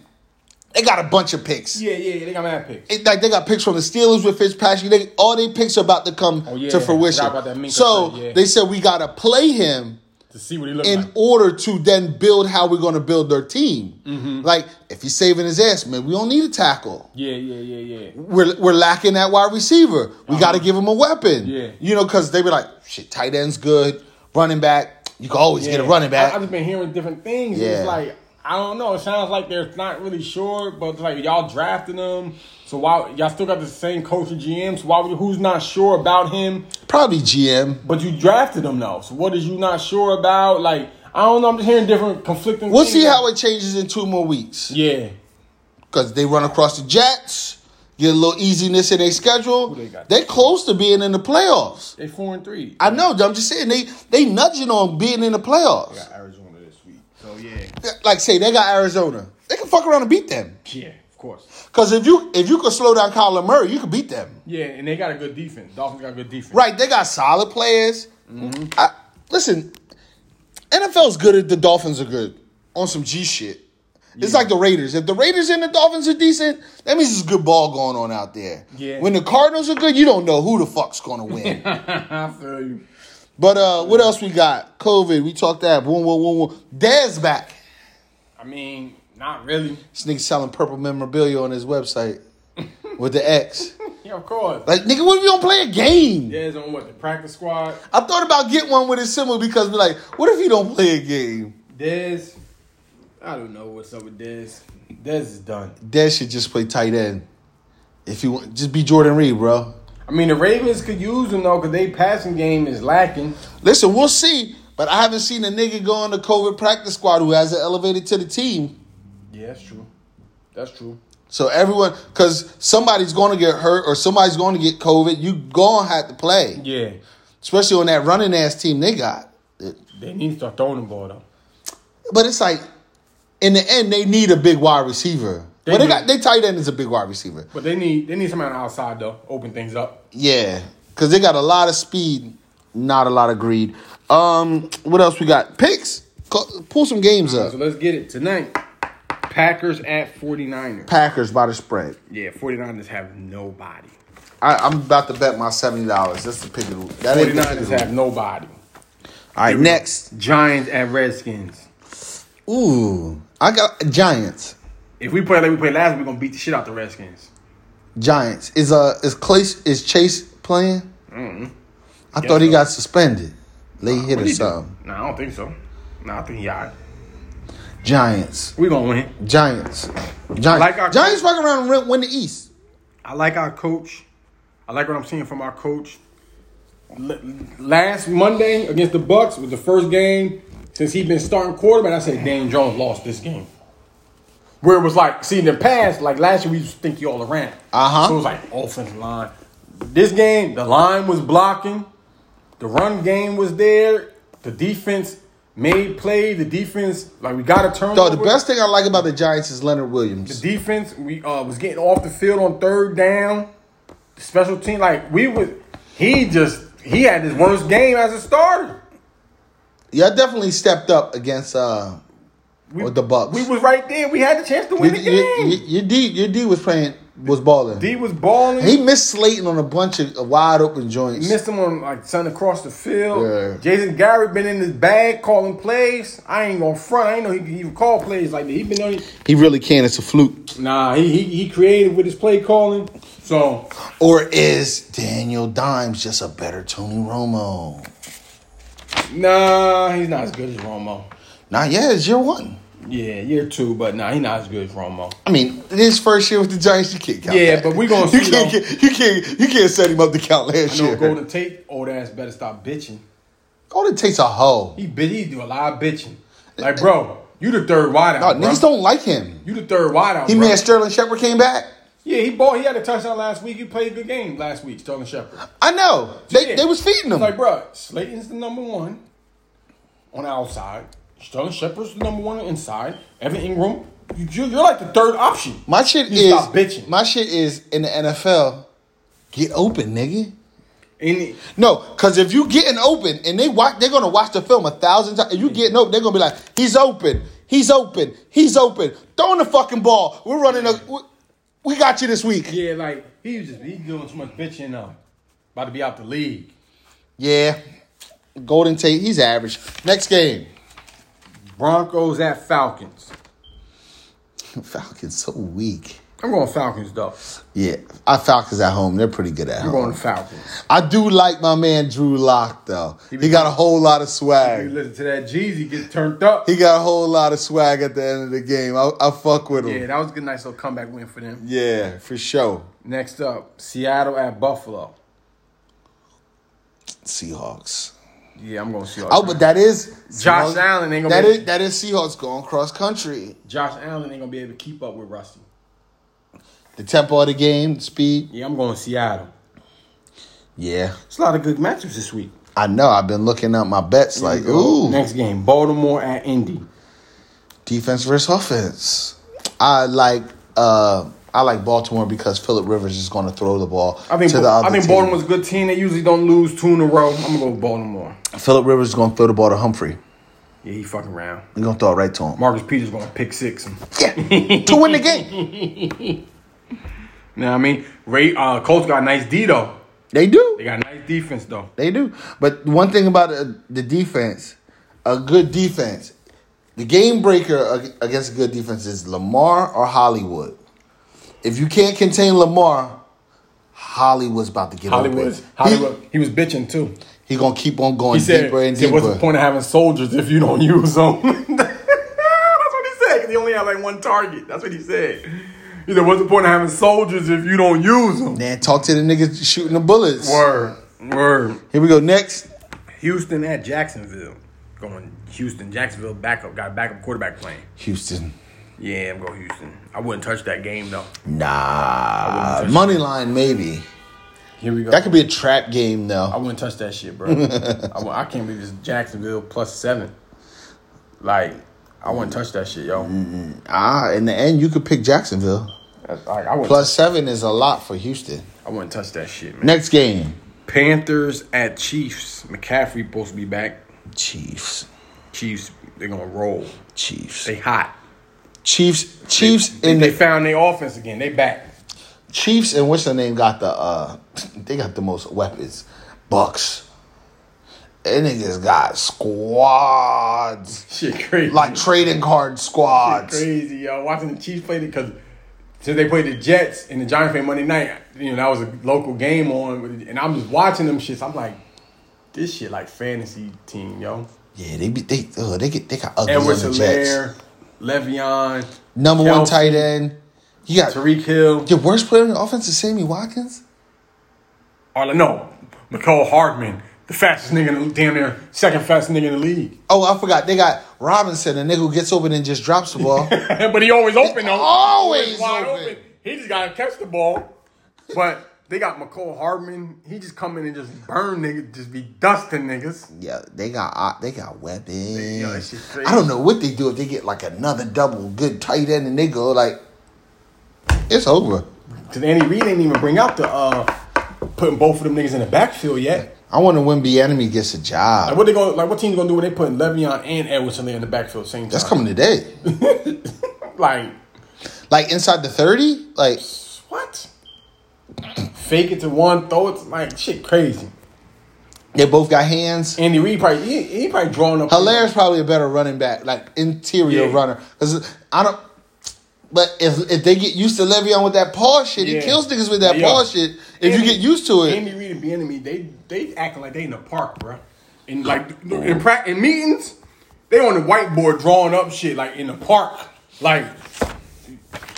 Speaker 1: they got a bunch of picks.
Speaker 2: Yeah, yeah, yeah. They got mad picks.
Speaker 1: It- like they got picks from the Steelers with Fitzpatrick. They, all their picks are about to come
Speaker 2: Oh, yeah.
Speaker 1: to fruition.
Speaker 2: Forgot about that Minka
Speaker 1: so
Speaker 2: trade, yeah.
Speaker 1: they said we gotta play him
Speaker 2: to see what he looked
Speaker 1: in
Speaker 2: like.
Speaker 1: order to then build how we're going to build their team.
Speaker 2: Mm-hmm.
Speaker 1: Like if he's saving his ass, man, we don't need a tackle.
Speaker 2: Yeah, yeah, yeah, yeah.
Speaker 1: We're we're lacking that wide receiver. We got to give him a weapon.
Speaker 2: Uh-huh. Yeah.
Speaker 1: you know, because they be like, shit, tight end's good, running back. You can always get a
Speaker 2: Yeah.
Speaker 1: running back.
Speaker 2: I, have just been hearing different things.
Speaker 1: Yeah.
Speaker 2: It's like I don't know. It sounds like they're not really sure, but it's like y'all drafting them. So why y'all still got the same coach and GM? So why would- who's not sure about him?
Speaker 1: Probably GM.
Speaker 2: But you drafted him though. So what is you not sure about? Like I don't know. I'm just hearing different conflicting.
Speaker 1: We'll
Speaker 2: things.
Speaker 1: see how it changes in two more weeks
Speaker 2: Yeah.
Speaker 1: because they run across the Jets, get a little easiness in their schedule.
Speaker 2: Who they got?
Speaker 1: They close to being in the playoffs.
Speaker 2: They four and three.
Speaker 1: I know. I'm just saying they they nudging on being in the playoffs.
Speaker 2: got Arizona this week. So yeah.
Speaker 1: like say they got Arizona, they can fuck around and beat them.
Speaker 2: Yeah, of course.
Speaker 1: Because if you if you could slow down Kyler Murray, you could beat them.
Speaker 2: Yeah, and they got a good defense. Dolphins got a good defense.
Speaker 1: Right? They got solid players. I, listen, NFL's good if the Dolphins are good on some G shit. It's like the Raiders. If the Raiders and the Dolphins are decent, that means it's good ball going on out there.
Speaker 2: Yeah.
Speaker 1: When the Cardinals are good, you don't know who the fuck's gonna
Speaker 2: <laughs>
Speaker 1: win.
Speaker 2: <laughs> I feel you.
Speaker 1: but uh, what else we got? COVID. We talked that. Boom, boom, boom, boom. Dez back.
Speaker 2: I mean, not really.
Speaker 1: This nigga selling purple memorabilia on his website with the X.
Speaker 2: Yeah, of course.
Speaker 1: Like, nigga, what if you don't play a game?
Speaker 2: Dez on what the practice squad.
Speaker 1: I thought about getting one with his symbol because be like, what if he don't play a game?
Speaker 2: Dez, I don't know what's up with Dez. Dez is done.
Speaker 1: Dad should just play tight end. If you want, just be Jordan Reed, bro.
Speaker 2: I mean, the Ravens could use him though, because they passing game is lacking.
Speaker 1: Listen, we'll see. But I haven't seen a nigga go on the COVID practice squad who hasn't elevated to the team.
Speaker 2: Yeah, that's true. That's true.
Speaker 1: So everyone, because somebody's going to get hurt or somebody's going to get COVID, you gonna have to play,
Speaker 2: Yeah,
Speaker 1: especially on that running ass team they got. It-
Speaker 2: they need to start throwing the ball though.
Speaker 1: But it's like, in the end, they need a big wide receiver.
Speaker 2: They
Speaker 1: well, they
Speaker 2: do.
Speaker 1: got they tight end is a big wide receiver.
Speaker 2: But they need they need somebody outside though, open things up.
Speaker 1: Yeah, because they got a lot of speed, not a lot of greed. Um, what else we got? Picks. Co- Pull some games
Speaker 2: So
Speaker 1: up.
Speaker 2: let's get it tonight. Packers at 49ers.
Speaker 1: Packers by the spread.
Speaker 2: Yeah, 49ers have nobody.
Speaker 1: I, I'm about to bet my seventy dollars. That's the pick of the week. That ain't the pick of
Speaker 2: 49ers
Speaker 1: the
Speaker 2: have
Speaker 1: week.
Speaker 2: nobody.
Speaker 1: All right, next.
Speaker 2: Giants at Redskins.
Speaker 1: Ooh, I got Giants.
Speaker 2: If we play like we played last, we're gonna beat the shit out the Redskins.
Speaker 1: Giants is uh is Clay is Chase playing? Mm-hmm. I thought he
Speaker 2: so.
Speaker 1: got suspended. Late hit or
Speaker 2: What'd he do?
Speaker 1: something.
Speaker 2: No, I don't think so. No, I think y'all.
Speaker 1: Giants.
Speaker 2: We gonna win.
Speaker 1: Giants. Giants.
Speaker 2: Like our-
Speaker 1: Giants fuck around and win the East.
Speaker 2: I like our coach. I like what I'm seeing from our coach. L- last Monday against the Bucks was the first game since he been starting quarterback. I said Daniel Jones lost this game. Where it was like, see, in the past, like last year, we used to think you all around.
Speaker 1: Uh-huh.
Speaker 2: So it was like offensive line. This game, the line was blocking, the run game was there, the defense made play. The defense, like we got to turn.
Speaker 1: Dog, the best thing I like about the Giants is Leonard Williams.
Speaker 2: defense. We uh, was getting off the field on third down. The special team, like we would. He just he had his worst game as a starter.
Speaker 1: Yeah, I definitely stepped up against uh,
Speaker 2: We,
Speaker 1: With the Bucks.
Speaker 2: we was right there. We had the chance to
Speaker 1: your,
Speaker 2: win the
Speaker 1: your,
Speaker 2: game.
Speaker 1: your- your D. Your D was playing was balling.
Speaker 2: D was balling.
Speaker 1: He missed Slayton on a bunch of wide open joints.
Speaker 2: Missed him on like something across the field.
Speaker 1: Yeah.
Speaker 2: Jason Garrett been in his bag calling plays. I ain't gonna front. I ain't know he can even call plays like that. He been on.
Speaker 1: he really can. It's a fluke.
Speaker 2: Nah, he he, he created with his play calling. So
Speaker 1: Or is Daniel Dimes just a better Tony Romo?
Speaker 2: nah, he's not as good as Romo.
Speaker 1: Nah, yeah, it's year one.
Speaker 2: Yeah, year two, but nah, he's not as good as Romo.
Speaker 1: I mean, his first year with the Giants, you can't count.
Speaker 2: Yeah,
Speaker 1: that.
Speaker 2: but we gonna
Speaker 1: you
Speaker 2: see,
Speaker 1: can't,
Speaker 2: though.
Speaker 1: you can't you can't set him up to count last
Speaker 2: I know
Speaker 1: year. Golden,
Speaker 2: Golden Tate, old ass, better stop bitching.
Speaker 1: takes a hoe.
Speaker 2: He bit, he do a lot of bitching. Like bro, you the third wideout.
Speaker 1: No,
Speaker 2: bro.
Speaker 1: niggas don't like him.
Speaker 2: you the third wideout.
Speaker 1: He
Speaker 2: bro.
Speaker 1: man Sterling Shepard came back.
Speaker 2: Yeah, he bought. He had a touchdown last week. He played a good game last week. Sterling Shepard.
Speaker 1: I know they
Speaker 2: Yeah.
Speaker 1: they was feeding him.
Speaker 2: It's like, bro, Slayton's the number one on the outside. Sterling Shepard's the number one on the inside. Evan Ingram, you, you're, you're like the third option.
Speaker 1: My shit
Speaker 2: You
Speaker 1: is
Speaker 2: stop bitching.
Speaker 1: my shit is in the NFL. Get open, nigga.
Speaker 2: And
Speaker 1: No, because if you getting open and they watch, they're gonna watch the film a thousand times. If you getting open, they're gonna be like, "He's open, he's open, he's open." Throwing the fucking ball. We're running a. we- We got you this week.
Speaker 2: yeah, like he was just he doing too much bitching now. About to be out the league.
Speaker 1: Yeah, Golden Tate, he's average. Next game,
Speaker 2: Broncos at Falcons.
Speaker 1: <laughs> Falcons so weak.
Speaker 2: I'm going Falcons though.
Speaker 1: Yeah, our Falcons at home, they're pretty good at
Speaker 2: I'm going
Speaker 1: home.
Speaker 2: Falcons.
Speaker 1: I do like my man Drew Lock though.
Speaker 2: be-
Speaker 1: He got a whole lot of
Speaker 2: You
Speaker 1: swag.
Speaker 2: listen to that Jeezy get turned up.
Speaker 1: He got a whole lot of swag at the end of the game. I, I fuck with
Speaker 2: Yeah,
Speaker 1: him.
Speaker 2: that was a good nice little comeback win for them.
Speaker 1: Yeah, for sure.
Speaker 2: Next up, Seattle at Buffalo.
Speaker 1: Seahawks.
Speaker 2: Yeah, I'm going to Seattle.
Speaker 1: Oh, but that is
Speaker 2: Josh Allen ain't gonna
Speaker 1: That
Speaker 2: be-
Speaker 1: is that is Seahawks going cross country.
Speaker 2: Josh Allen ain't gonna be able to keep up with Rusty.
Speaker 1: The tempo of the game, the speed.
Speaker 2: Yeah, I'm going Seattle.
Speaker 1: Yeah,
Speaker 2: It's a lot of good matchups this week.
Speaker 1: I know. I've been looking up my bets. Like, ooh,
Speaker 2: Next game, Baltimore at Indy.
Speaker 1: defense versus offense. I like. uh I like Baltimore because Philip Rivers is going to throw the ball
Speaker 2: I think
Speaker 1: to the other
Speaker 2: I think
Speaker 1: team.
Speaker 2: Baltimore's a good team. They usually don't lose two in a row. I'm gonna go with Baltimore.
Speaker 1: Philip Rivers is going to throw the ball to Humphrey.
Speaker 2: Yeah, he fucking around.
Speaker 1: He's going to throw it right to him.
Speaker 2: Marcus Peters gonna pick six him.
Speaker 1: Yeah,
Speaker 2: <laughs>
Speaker 1: to win the game.
Speaker 2: You know what I mean? Ray uh Colts got a nice D though.
Speaker 1: They do.
Speaker 2: They got a nice defense though.
Speaker 1: They do. But one thing about uh, the defense, a good defense, the game breaker ag- against a good defense is Lamar or Hollywood. If you can't contain Lamar, Hollywood's about to get open.
Speaker 2: Hollywood.
Speaker 1: He-
Speaker 2: Hollywood. He, was bitching too.
Speaker 1: He, gonna keep on going
Speaker 2: He said,
Speaker 1: deeper and
Speaker 2: he said, what's the
Speaker 1: deeper.
Speaker 2: point of having soldiers if you don't <laughs> use them? That's what he said, 'cause he only had like one target. That's what he said. He said, what's the point of having soldiers if you don't use them?
Speaker 1: Then talk to the niggas shooting the bullets.
Speaker 2: Word. Word.
Speaker 1: Here we go. Next,
Speaker 2: Houston at Jacksonville. Going Houston. Jacksonville backup. Got a backup quarterback playing.
Speaker 1: Houston.
Speaker 2: Yeah, I'm going Houston. I wouldn't touch that game though.
Speaker 1: Nah, money line maybe.
Speaker 2: Here we go.
Speaker 1: That could be a trap game
Speaker 2: I
Speaker 1: though.
Speaker 2: wouldn't touch that shit, bro. I, wou- I can't believe it's Jacksonville plus seven. Like, I wouldn't touch that shit, yo.
Speaker 1: Ah, in the end, you could pick Jacksonville.
Speaker 2: That's- Like, I, wouldn't,
Speaker 1: Plus seven is a lot for Houston.
Speaker 2: I wouldn't touch that shit, man.
Speaker 1: Next game.
Speaker 2: Panthers at Chiefs. McCaffrey supposed to be back.
Speaker 1: Chiefs.
Speaker 2: Chiefs, they're gonna roll.
Speaker 1: Chiefs.
Speaker 2: They hot.
Speaker 1: Chiefs. Chiefs
Speaker 2: They,
Speaker 1: and
Speaker 2: they
Speaker 1: the
Speaker 2: found their offense again. They back.
Speaker 1: Chiefs and what's their name got the uh <clears throat> they got the most weapons. Bucks. They niggas got squads.
Speaker 2: Shit, crazy.
Speaker 1: Like trading card squads.
Speaker 2: crazy, yo. Watching the Chiefs play because since they played the Jets and the Giants played Monday night, you know that was a local game on, with- and I'm just watching them shits. I'm like, this shit like fantasy team, yo.
Speaker 1: Yeah, they be they uh, they get they got ugly on
Speaker 2: Edwards
Speaker 1: the Jets.
Speaker 2: Hilaire, Le'Veon,
Speaker 1: Number one
Speaker 2: Kelsey,
Speaker 1: tight end. You got
Speaker 2: Tariq Hill.
Speaker 1: your worst player in the offense is Sammy Watkins?
Speaker 2: Or no, McCole Hardman, the fastest nigga in the damn near second fastest nigga in the league. <laughs>
Speaker 1: Oh, I forgot. They got Robinson, a nigga who gets open and just drops the
Speaker 2: <laughs>
Speaker 1: ball.
Speaker 2: but he always open though.
Speaker 1: Always
Speaker 2: Wide
Speaker 1: open.
Speaker 2: He just gotta catch the ball. But They got McCole Hardman. He just come in and just burn niggas, just be dusting niggas.
Speaker 1: Yeah, they got op- they got weapons.
Speaker 2: Yeah, that shit crazy.
Speaker 1: I don't know what they do if they get like another double good tight end and they go like, it's over.
Speaker 2: Cause Andy Reid didn't even bring out the uh putting both of them niggas in the backfield yet.
Speaker 1: I wonder when the enemy gets a
Speaker 2: Like
Speaker 1: job.
Speaker 2: what they going like what team's gonna do when they putting Le'Veon and Edwards in there in the backfield same time?
Speaker 1: That's coming today.
Speaker 2: Like
Speaker 1: Like inside the thirty. Like
Speaker 2: what? Fake it to one, throw it to, like shit crazy.
Speaker 1: they both got hands.
Speaker 2: Andy Reid probably he, he probably drawing up.
Speaker 1: Hilaire's probably a better running back, like interior
Speaker 2: Yeah.
Speaker 1: runner. Because I don't. But if if they get used to Le'Veon with that paw shit,
Speaker 2: Yeah.
Speaker 1: he kills niggas with that
Speaker 2: Yeah.
Speaker 1: paw shit. If
Speaker 2: Andy-
Speaker 1: you get used to it,
Speaker 2: Andy Reid and the enemy, they they acting like they in the park, bro. And like in prac in meetings, they on the whiteboard drawing up shit like in the park, like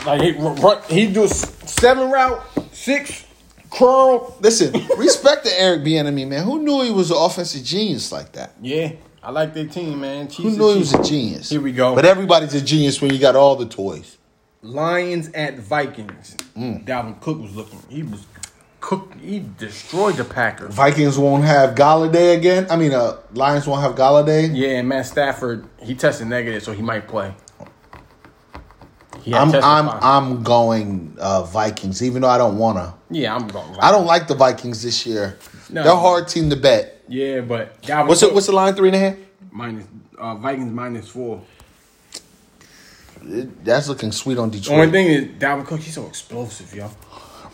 Speaker 2: like he run, run- he do a s- seven route, six curl.
Speaker 1: listen, respect to Eric Bieniemy, man. Who knew he was an offensive genius like that?
Speaker 2: Yeah, I like their team, man. Chiefs
Speaker 1: Who
Speaker 2: is
Speaker 1: knew he was a
Speaker 2: Chiefs.
Speaker 1: genius?
Speaker 2: Here we go.
Speaker 1: But everybody's a genius when you got all the toys.
Speaker 2: Lions at Vikings.
Speaker 1: Mm.
Speaker 2: Dalvin Cook was looking. He was cooked. He destroyed the Packers.
Speaker 1: Vikings won't have Galladay again. I mean, uh, Lions won't have Galladay.
Speaker 2: Yeah, and Matt Stafford, he tested negative, so he might play. He had
Speaker 1: I'm
Speaker 2: tested
Speaker 1: I'm
Speaker 2: positive.
Speaker 1: I'm going uh, Vikings, even though I don't wanna.
Speaker 2: yeah, I'm going.
Speaker 1: I don't like the Vikings this year.
Speaker 2: No.
Speaker 1: They're a hard team to bet.
Speaker 2: Yeah, but Dalvin
Speaker 1: What's
Speaker 2: Cook
Speaker 1: it? What's the line? Three and a half.
Speaker 2: minus uh, Vikings minus four.
Speaker 1: That's looking sweet on
Speaker 2: The only
Speaker 1: Detroit.
Speaker 2: thing is Dalvin Cook, he's so explosive, yo.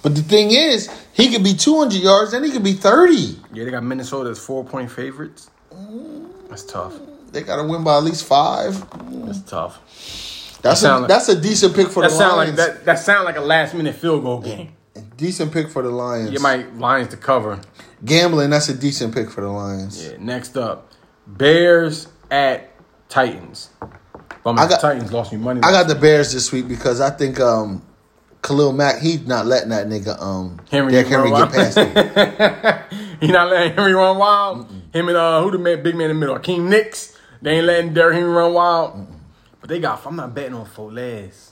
Speaker 1: But the thing is, he could be 200 yards, and he could be 30.
Speaker 2: Yeah, they got Minnesota as four point favorites. That's tough.
Speaker 1: They got to win by at least five.
Speaker 2: That's tough.
Speaker 1: That's a,
Speaker 2: sound like-
Speaker 1: that's a decent pick for
Speaker 2: That
Speaker 1: the
Speaker 2: sound
Speaker 1: Lions.
Speaker 2: like that. That sound like a last minute field
Speaker 1: <laughs>
Speaker 2: goal game.
Speaker 1: Decent pick for the Lions.
Speaker 2: You might Lions to cover.
Speaker 1: Gambling, that's a decent pick for the Lions.
Speaker 2: Yeah, next up, Bears at Titans. But my
Speaker 1: I got-
Speaker 2: Titans lost me money.
Speaker 1: I got the Bears this week because I think um, Khalil Mack, he's not letting that nigga um,
Speaker 2: Henry
Speaker 1: Derrick
Speaker 2: get
Speaker 1: Henry
Speaker 2: run
Speaker 1: get past
Speaker 2: <laughs>
Speaker 1: him.
Speaker 2: he not letting Henry run wild. Him and uh, who the man, big man in the middle, King Nix. They ain't letting Derrick Henry run wild. But they got. I'm not betting on Foles.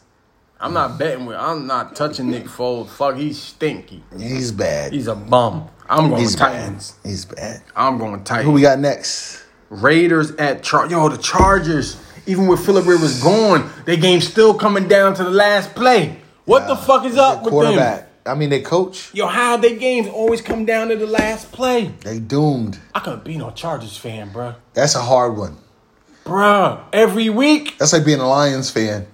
Speaker 2: I'm not betting with. I'm not touching Nick Foles. Fuck, he's stinky.
Speaker 1: He's bad.
Speaker 2: He's a bum. I'm going
Speaker 1: He's
Speaker 2: with
Speaker 1: bad.
Speaker 2: Titans.
Speaker 1: He's bad.
Speaker 2: I'm going
Speaker 1: Who
Speaker 2: Titans.
Speaker 1: we got next?
Speaker 2: Raiders at Char. Yo, the Chargers. Even with Philip Rivers gone, they game still coming down to the last play. What the fuck is up with them?
Speaker 1: Quarterback. I mean, they coach.
Speaker 2: Yo, how they games always come down to the last play?
Speaker 1: They doomed.
Speaker 2: I couldn't be no Chargers fan, bruh.
Speaker 1: That's a hard one.
Speaker 2: Bruh, every week.
Speaker 1: That's like being a Lions fan.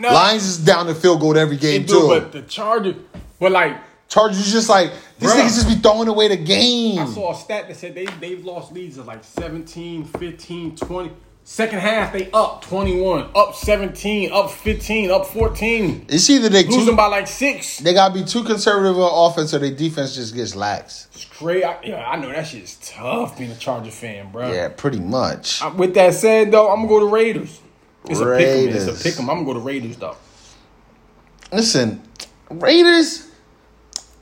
Speaker 2: No,
Speaker 1: Lions is down the field goal every
Speaker 2: they
Speaker 1: game
Speaker 2: do,
Speaker 1: too.
Speaker 2: but the Chargers. But like,
Speaker 1: Chargers just like these
Speaker 2: Bruh.
Speaker 1: niggas just be throwing away the game.
Speaker 2: I saw a stat that said they, they've lost leads of like 17, 15, 20. Second half, they up 21, up 17, up 15, up 14.
Speaker 1: It's either they
Speaker 2: Losing
Speaker 1: too,
Speaker 2: by like six.
Speaker 1: they gotta be too conservative on offense or their defense just gets lax.
Speaker 2: Straight. I, yeah, I know that shit is tough being a Charger fan, bruh.
Speaker 1: Yeah, pretty much.
Speaker 2: I- With that said, though, I'm going to go to Raiders. It's a pick 'em.
Speaker 1: Raiders.
Speaker 2: It's a pick 'em. I'm going to go to Raiders, though.
Speaker 1: Listen, Raiders,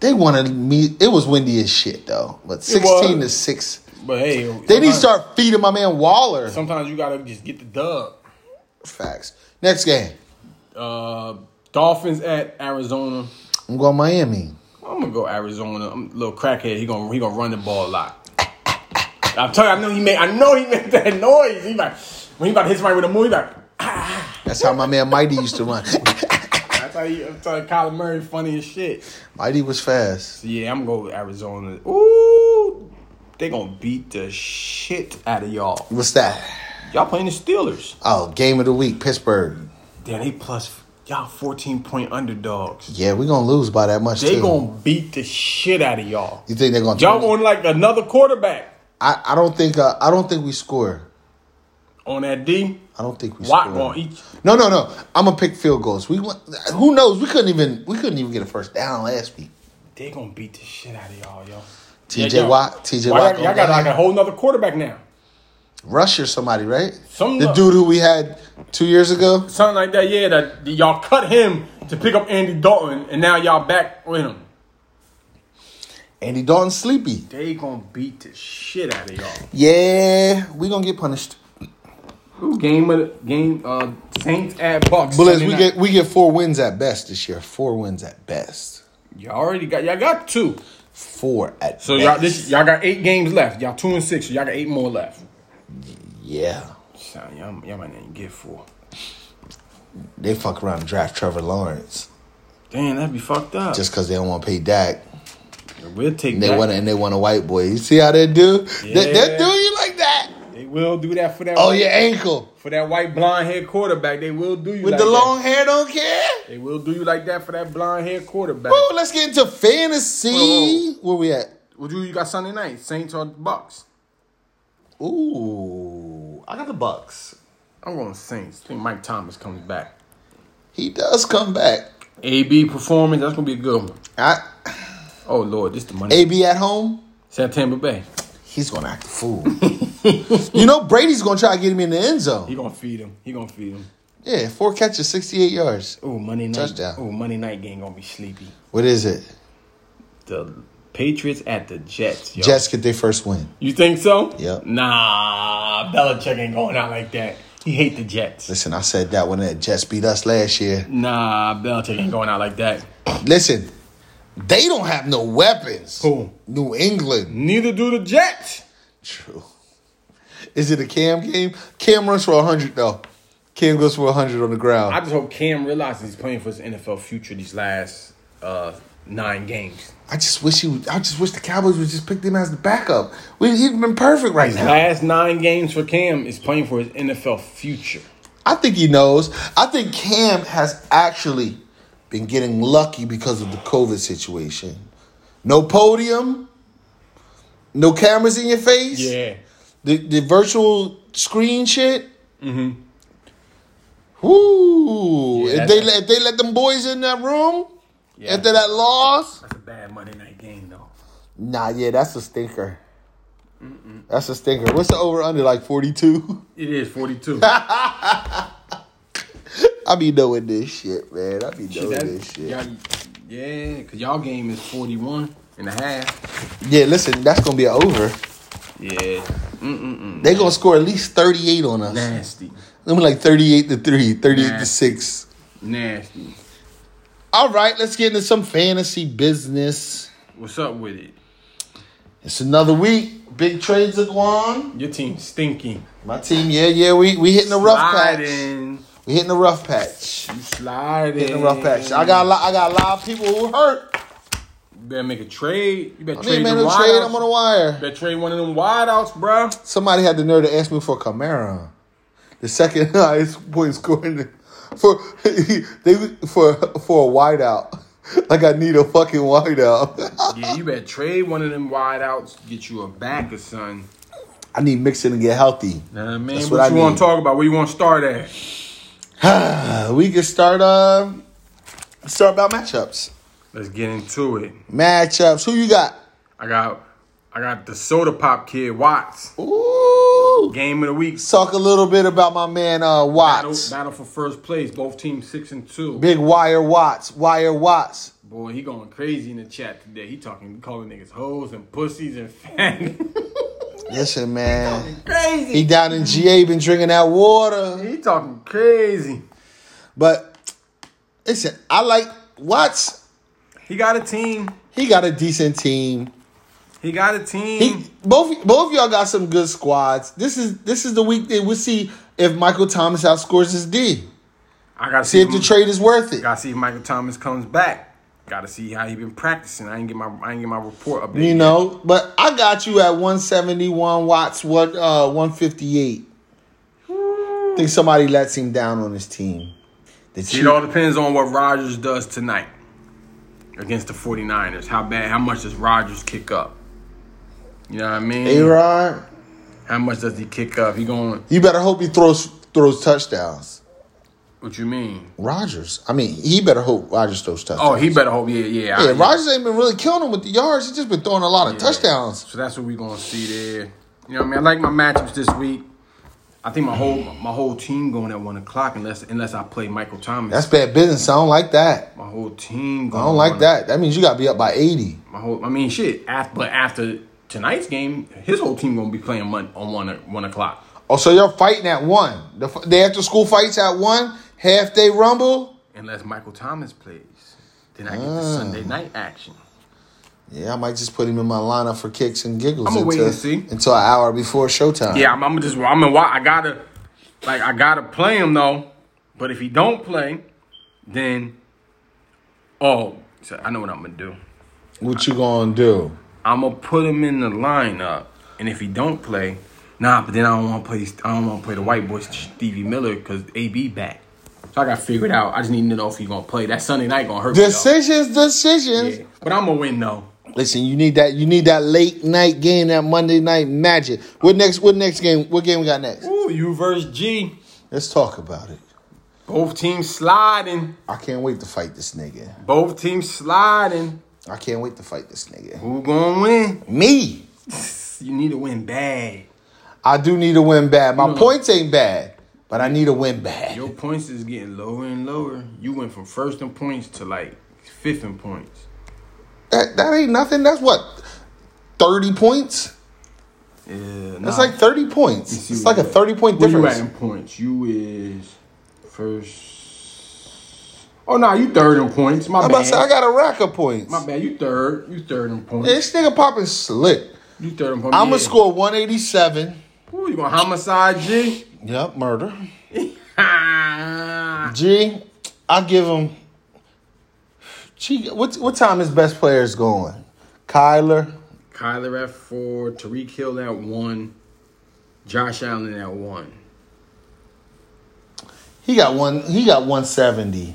Speaker 1: they wanted me. It was windy as shit though, but sixteen to
Speaker 2: was.
Speaker 1: six.
Speaker 2: But hey,
Speaker 1: They need to
Speaker 2: sometimes-
Speaker 1: start feeding my man Waller.
Speaker 2: Sometimes you gotta just get the dub.
Speaker 1: Facts. Next game,
Speaker 2: Uh, Dolphins at Arizona.
Speaker 1: I'm going Miami.
Speaker 2: I'm gonna go Arizona. I'm a little crackhead. He gonna he gonna run the ball a lot. I'm telling you, I know he made I know he made <laughs> that noise. He like when he about to hit somebody with a move, he <laughs> like
Speaker 1: That's how my man Mighty used to run. <laughs>
Speaker 2: that's how you I'm telling you, Kyler Murray funny as shit.
Speaker 1: Mighty was fast.
Speaker 2: Yeah, I'm gonna go Arizona. Ooh, they gonna beat the shit out of y'all.
Speaker 1: What's that?
Speaker 2: Y'all playing the Steelers.
Speaker 1: Oh, game of the week, Pittsburgh.
Speaker 2: Damn, they plus y'all 14 point underdogs.
Speaker 1: Yeah, we're gonna lose by that much.
Speaker 2: They
Speaker 1: too.
Speaker 2: gonna beat the shit out of y'all.
Speaker 1: You think they're gonna?
Speaker 2: Y'all want like another quarterback
Speaker 1: I, I don't think uh, I don't think we score.
Speaker 2: on that D.
Speaker 1: I don't think we
Speaker 2: Watt
Speaker 1: score.
Speaker 2: gonna eat.
Speaker 1: No, no, no. I'm gonna pick field goals. We went- who knows? We couldn't even we couldn't even get a first down last week.
Speaker 2: They gonna beat the shit out of y'all, yo.
Speaker 1: T.J.
Speaker 2: Yeah, yo.
Speaker 1: Watt, T.J.
Speaker 2: Why
Speaker 1: Watt
Speaker 2: Y'all,
Speaker 1: gonna
Speaker 2: y'all got
Speaker 1: die?
Speaker 2: like a whole nother quarterback now.
Speaker 1: Rush or somebody, right?
Speaker 2: Some-
Speaker 1: the dude who we had two years ago.
Speaker 2: Something like that, yeah. That that y'all cut him to pick up Andy Dalton, and now y'all back with him.
Speaker 1: Andy Dalton sleepy.
Speaker 2: They gonna beat the shit out of y'all.
Speaker 1: Yeah, we gonna get punished.
Speaker 2: Who game of the game? Uh, Saints at Bucks.
Speaker 1: But as
Speaker 2: Sunday
Speaker 1: we
Speaker 2: night.
Speaker 1: get we get four wins at best this year. Four wins at best.
Speaker 2: Y'all already got y'all got two.
Speaker 3: Four at
Speaker 2: So y'all
Speaker 3: best.
Speaker 2: this y'all got eight games left. Y'all two and six. So y'all got eight more left.
Speaker 3: yeah.
Speaker 2: Son, y'all, y'all might not even get four.
Speaker 3: They fuck around and draft Trevor Lawrence
Speaker 2: Damn, that'd be fucked up.
Speaker 3: just because they don't want to pay Dak.
Speaker 2: we'll take
Speaker 3: And they
Speaker 2: that.
Speaker 3: want and they want a white boy. You see how they do? They, they
Speaker 2: Yeah.
Speaker 3: do you like that?
Speaker 2: they will do that for that.
Speaker 1: Oh, your ankle
Speaker 2: for that white blonde hair quarterback. They will do you
Speaker 1: with
Speaker 2: like
Speaker 1: the
Speaker 2: that.
Speaker 1: long hair don't care.
Speaker 2: They will do you like that for that blonde hair quarterback.
Speaker 1: Oh, let's get into fantasy.
Speaker 2: Whoa,
Speaker 1: Where we at?
Speaker 2: Would you? You got Sunday night Saints or Bucks?
Speaker 3: Ooh, I got the Bucks.
Speaker 2: I'm going Saints. I think Mike Thomas comes back.
Speaker 1: He does come back.
Speaker 2: AB performance. That's gonna be a good one.
Speaker 1: I,
Speaker 2: Oh Lord, this the money.
Speaker 1: AB at home.
Speaker 2: September Bay.
Speaker 3: He's gonna act a <laughs> fool.
Speaker 1: You know Brady's gonna try to get him in the end
Speaker 2: He
Speaker 1: zone.
Speaker 2: gonna feed him. He gonna feed him.
Speaker 1: Yeah, four catches, sixty-eight yards.
Speaker 2: Oh Monday night.
Speaker 3: Touchdown.
Speaker 2: Oh Monday night game gonna be sleepy.
Speaker 3: what is it?
Speaker 2: The Patriots at the Jets. Yo.
Speaker 3: Jets get their first win.
Speaker 2: You think so?
Speaker 3: Yep.
Speaker 2: Nah, Belichick ain't going out like that. He hate the Jets.
Speaker 3: Listen, I said that when the Jets beat us last year.
Speaker 2: Nah, Belichick ain't going out like that.
Speaker 3: Listen, they don't have no weapons.
Speaker 2: Who?
Speaker 3: New England.
Speaker 2: Neither do the Jets.
Speaker 3: True.
Speaker 1: Is it a Cam game? Cam runs for hundred though. Cam goes for hundred on the ground.
Speaker 2: I just hope Cam realizes he's playing for his NFL future these last uh, nine games.
Speaker 1: I just wish he. Would, I just wish the Cowboys would just pick him as the backup. We, he'd been perfect right now.
Speaker 2: Last nine games for Cam is playing for his NFL future.
Speaker 1: I think he knows. I think Cam has actually been getting lucky because of the COVID situation. No podium, no cameras in your face.
Speaker 2: Yeah.
Speaker 1: The the virtual screen shit. Mm-hmm. Woo!
Speaker 2: Yeah,
Speaker 1: if they
Speaker 2: that's-
Speaker 1: let if they let them boys in that room
Speaker 2: yeah.
Speaker 1: after that loss,
Speaker 2: That's a bad Monday night game, though.
Speaker 1: nah, yeah, that's a stinker. That's a stinker. What's the over under like forty two?
Speaker 2: It is <laughs> 42.
Speaker 1: <laughs> I be knowing this shit, man. I be knowing
Speaker 2: That-
Speaker 1: this shit.
Speaker 2: y'all, yeah, because y'all game is 41 and a half.
Speaker 1: Yeah, listen, that's gonna be an over.
Speaker 2: Yeah.
Speaker 1: They gonna score at least thirty eight on us.
Speaker 2: Nasty.
Speaker 1: Let me like thirty eight to 3, 38
Speaker 2: Nah.
Speaker 1: to six.
Speaker 2: Nasty.
Speaker 1: All right, let's get into some fantasy business.
Speaker 2: What's up with it?
Speaker 1: It's another week. Big trades are gone.
Speaker 2: Your team's stinking.
Speaker 1: My team, yeah, yeah, we we hitting the rough patch.
Speaker 2: Sliding.
Speaker 1: We hitting the rough patch.
Speaker 2: You sliding.
Speaker 1: Hitting the rough patch. I got a lot. I got a lot of people who hurt.
Speaker 2: You better make a trade. You better
Speaker 1: I
Speaker 2: trade
Speaker 1: need man
Speaker 2: them
Speaker 1: to
Speaker 2: wideouts.
Speaker 1: trade. I'm on the wire.
Speaker 2: better trade one of them wideouts, bruh.
Speaker 1: Somebody had the nerve to ask me for Camara, the second <laughs> highest point scoring for <laughs> they for for a wideout. <laughs> Like I need a fucking wideout.
Speaker 2: Yeah, you better trade one of them wideouts, get you a backer, son.
Speaker 1: <laughs> I need Mixon to get healthy.
Speaker 2: Nah, man,
Speaker 1: That's
Speaker 2: what,
Speaker 1: what I
Speaker 2: you want
Speaker 1: need.
Speaker 2: to talk about? Where you want to start at?
Speaker 1: we can start uh start about matchups.
Speaker 2: Let's get into it.
Speaker 1: Matchups. Who you got?
Speaker 2: I got, I got the soda pop kid Watts.
Speaker 1: Ooh.
Speaker 2: Game of the week.
Speaker 1: Let's talk a little bit about my man uh
Speaker 2: Battle,
Speaker 1: Watts.
Speaker 2: battle for first place. Both teams six and two.
Speaker 1: Big Wire Watts. Wire Watts.
Speaker 2: Boy, he going crazy in the chat today. He talking, calling niggas hoes and pussies and faggots. <laughs>
Speaker 1: Listen, man. He
Speaker 2: crazy.
Speaker 1: down in GA been drinking that water.
Speaker 2: He talking crazy.
Speaker 1: But listen, I like Watts.
Speaker 2: He got a team.
Speaker 1: He got a decent team.
Speaker 2: He got a team.
Speaker 1: He both both y'all got some good squads. This is this is the week that we'll see if Michael Thomas outscores his D.
Speaker 2: I gotta
Speaker 1: See if the
Speaker 2: him-
Speaker 1: trade is worth it.
Speaker 2: Gotta see if Michael Thomas comes back. Gotta see how he been practicing. I ain't get my I ain't get my report update.
Speaker 1: You
Speaker 2: yet.
Speaker 1: know, but I got you at 171 watts, what uh 158. think somebody lets him down on his team. The
Speaker 2: It
Speaker 1: Chiefs,
Speaker 2: all depends on what Rodgers does tonight against the 49ers. How bad how much does Rodgers kick up? You know what I mean?
Speaker 1: A-Rod,
Speaker 2: How much does he kick up? He going
Speaker 1: you better hope he throws throws touchdowns.
Speaker 2: what you mean?
Speaker 1: Rogers. I mean, he better hope Rogers throws touchdowns.
Speaker 2: Oh, he better hope yeah, yeah. I-
Speaker 1: Yeah, Rogers ain't been really killing him with the yards. He's just been throwing a lot of touchdowns.
Speaker 2: So that's what we're gonna see there. You know what I mean? I like my matchups this week. I think my whole my whole team going at one o'clock unless unless I play Michael Thomas.
Speaker 1: That's bad business. I don't like that.
Speaker 2: my whole team going
Speaker 1: I don't
Speaker 2: at
Speaker 1: like
Speaker 2: one
Speaker 1: that. That means you got to be up by 80.
Speaker 2: My whole, I mean, shit. After, but after tonight's game, his whole team gonna be playing mon- on one one o'clock.
Speaker 1: Oh, so you're fighting at 1. The, f- the after school fights at 1, half day rumble.
Speaker 2: Unless Michael Thomas plays, Then I get the Sunday night action.
Speaker 1: Yeah, I might just put him in my lineup for kicks and giggles.
Speaker 2: I'ma wait
Speaker 1: until,
Speaker 2: and see.
Speaker 1: until an hour before showtime.
Speaker 2: Yeah, I'm, I'm just. I'm in. I gotta, like, I gotta play him though. But if he don't play, then, oh, so I know what I'm gonna do.
Speaker 1: What you gonna do?
Speaker 2: I'm gonna put him in the lineup, and if he don't play, nah. But then I don't want to play. I don't want to play the white boy Stevie Miller because AB back. So I got to figure it out. I just need to know if he's gonna play. That Sunday night gonna hurt me.
Speaker 1: Decisions,
Speaker 2: though.
Speaker 1: decisions.
Speaker 2: Yeah. But I'm gonna win though.
Speaker 1: Listen, you need that. You need that late night game, that Monday night magic. What next? What next game? What game we got next?
Speaker 2: Ooh, you versus G.
Speaker 1: Let's talk about it.
Speaker 2: Both teams sliding.
Speaker 1: I can't wait to fight this nigga.
Speaker 2: Both teams sliding.
Speaker 1: I can't wait to fight this nigga.
Speaker 2: Who gonna win? <laughs>
Speaker 1: Me,
Speaker 2: You need to win bad.
Speaker 1: I do need a win bad. My
Speaker 2: Mm.
Speaker 1: points ain't bad, but I need a win bad.
Speaker 2: Your points is getting lower and lower. You went from first in points to like fifth in points.
Speaker 1: That, that ain't nothing. That's what thirty points.
Speaker 2: Yeah,
Speaker 1: That's
Speaker 2: nah.
Speaker 1: like thirty points.
Speaker 2: see
Speaker 1: It's
Speaker 2: what
Speaker 1: like a
Speaker 2: you got.
Speaker 1: thirty point
Speaker 2: Where you
Speaker 1: difference.
Speaker 2: at in points? You is first. Oh no, you third in points. My
Speaker 1: I'm about
Speaker 2: bad.
Speaker 1: to say I got a rack of points.
Speaker 2: My bad. You third. You third in points.
Speaker 1: This nigga popping slick.
Speaker 2: You third in points.
Speaker 1: I'm
Speaker 2: yeah.
Speaker 1: gonna score 187.
Speaker 2: Ooh, you gonna homicide G? <laughs>
Speaker 1: Yep, murder.
Speaker 2: Ha!
Speaker 1: G, I give him. G, what what time is best players going? Kyler.
Speaker 2: Kyler at four. Tariq Hill at one. Josh Allen at one.
Speaker 1: He got one. He got 170.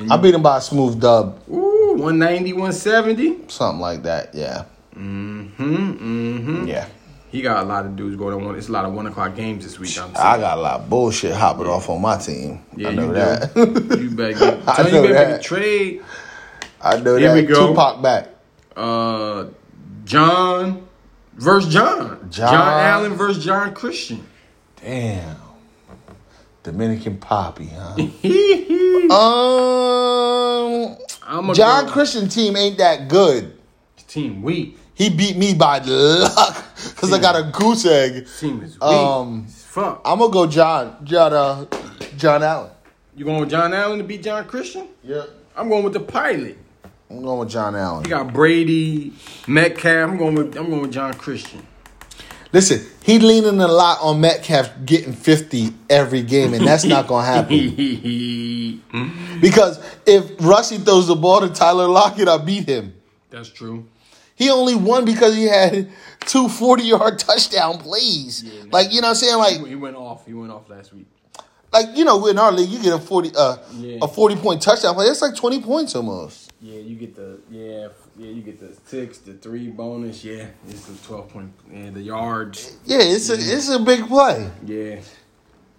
Speaker 2: And
Speaker 1: I beat him by a smooth dub,
Speaker 2: Ooh, 190, 170.
Speaker 1: something like that. Yeah,
Speaker 2: Mm-hmm. hmm
Speaker 1: yeah.
Speaker 2: He got a lot of dudes going on one. It's a lot of one o'clock games this week. I'm
Speaker 1: I got a lot of bullshit hopping off on my team. I know that. <laughs>
Speaker 2: Do. you better get,
Speaker 1: I
Speaker 2: tell you
Speaker 1: know
Speaker 2: better make
Speaker 1: that.
Speaker 2: a trade.
Speaker 1: I know
Speaker 2: Here
Speaker 1: that.
Speaker 2: we go.
Speaker 1: Tupac back.
Speaker 2: Uh, John versus John. John.
Speaker 1: John.
Speaker 2: Allen versus John Christian.
Speaker 1: Damn. Dominican Poppy,
Speaker 2: <laughs>
Speaker 1: huh?
Speaker 2: I'm
Speaker 1: um,
Speaker 2: a
Speaker 1: John
Speaker 2: go-
Speaker 1: Christian team ain't that good.
Speaker 2: team weak.
Speaker 1: He beat me by luck <laughs> because I got a goose egg.
Speaker 2: Team is weak.
Speaker 1: Um,
Speaker 2: as fuck.
Speaker 1: I'm gonna go John, John, uh, John Allen.
Speaker 2: You going with John Allen to beat John Christian?
Speaker 1: Yep.
Speaker 2: I'm going with the pilot.
Speaker 1: I'm going with John Allen.
Speaker 2: You got Brady, Metcalf. I'm going with I'm going with John <laughs> Christian.
Speaker 1: Listen, he leaning a lot on Metcalf getting 50 every game, and that's not gonna
Speaker 2: <laughs>
Speaker 1: happen. Because if Rushy throws the ball to Tyler Lockett, I beat him.
Speaker 2: That's true.
Speaker 1: He only won because he had two 40 yard <laughs> touchdown plays.
Speaker 2: no.
Speaker 1: Like, you know what I'm saying?
Speaker 2: He
Speaker 1: Like,
Speaker 2: went- he went off. He went off last week.
Speaker 1: like you know, in our league, you get a 40 uh,
Speaker 2: Yeah.
Speaker 1: a 40 point touchdown play. That's like 20 points almost.
Speaker 2: Yeah, you get the yeah, f- yeah, you get the six, the three bonus. Yeah, it's the twelve point. Yeah, the yards.
Speaker 1: Yeah, it's a it's a big play.
Speaker 2: Yeah,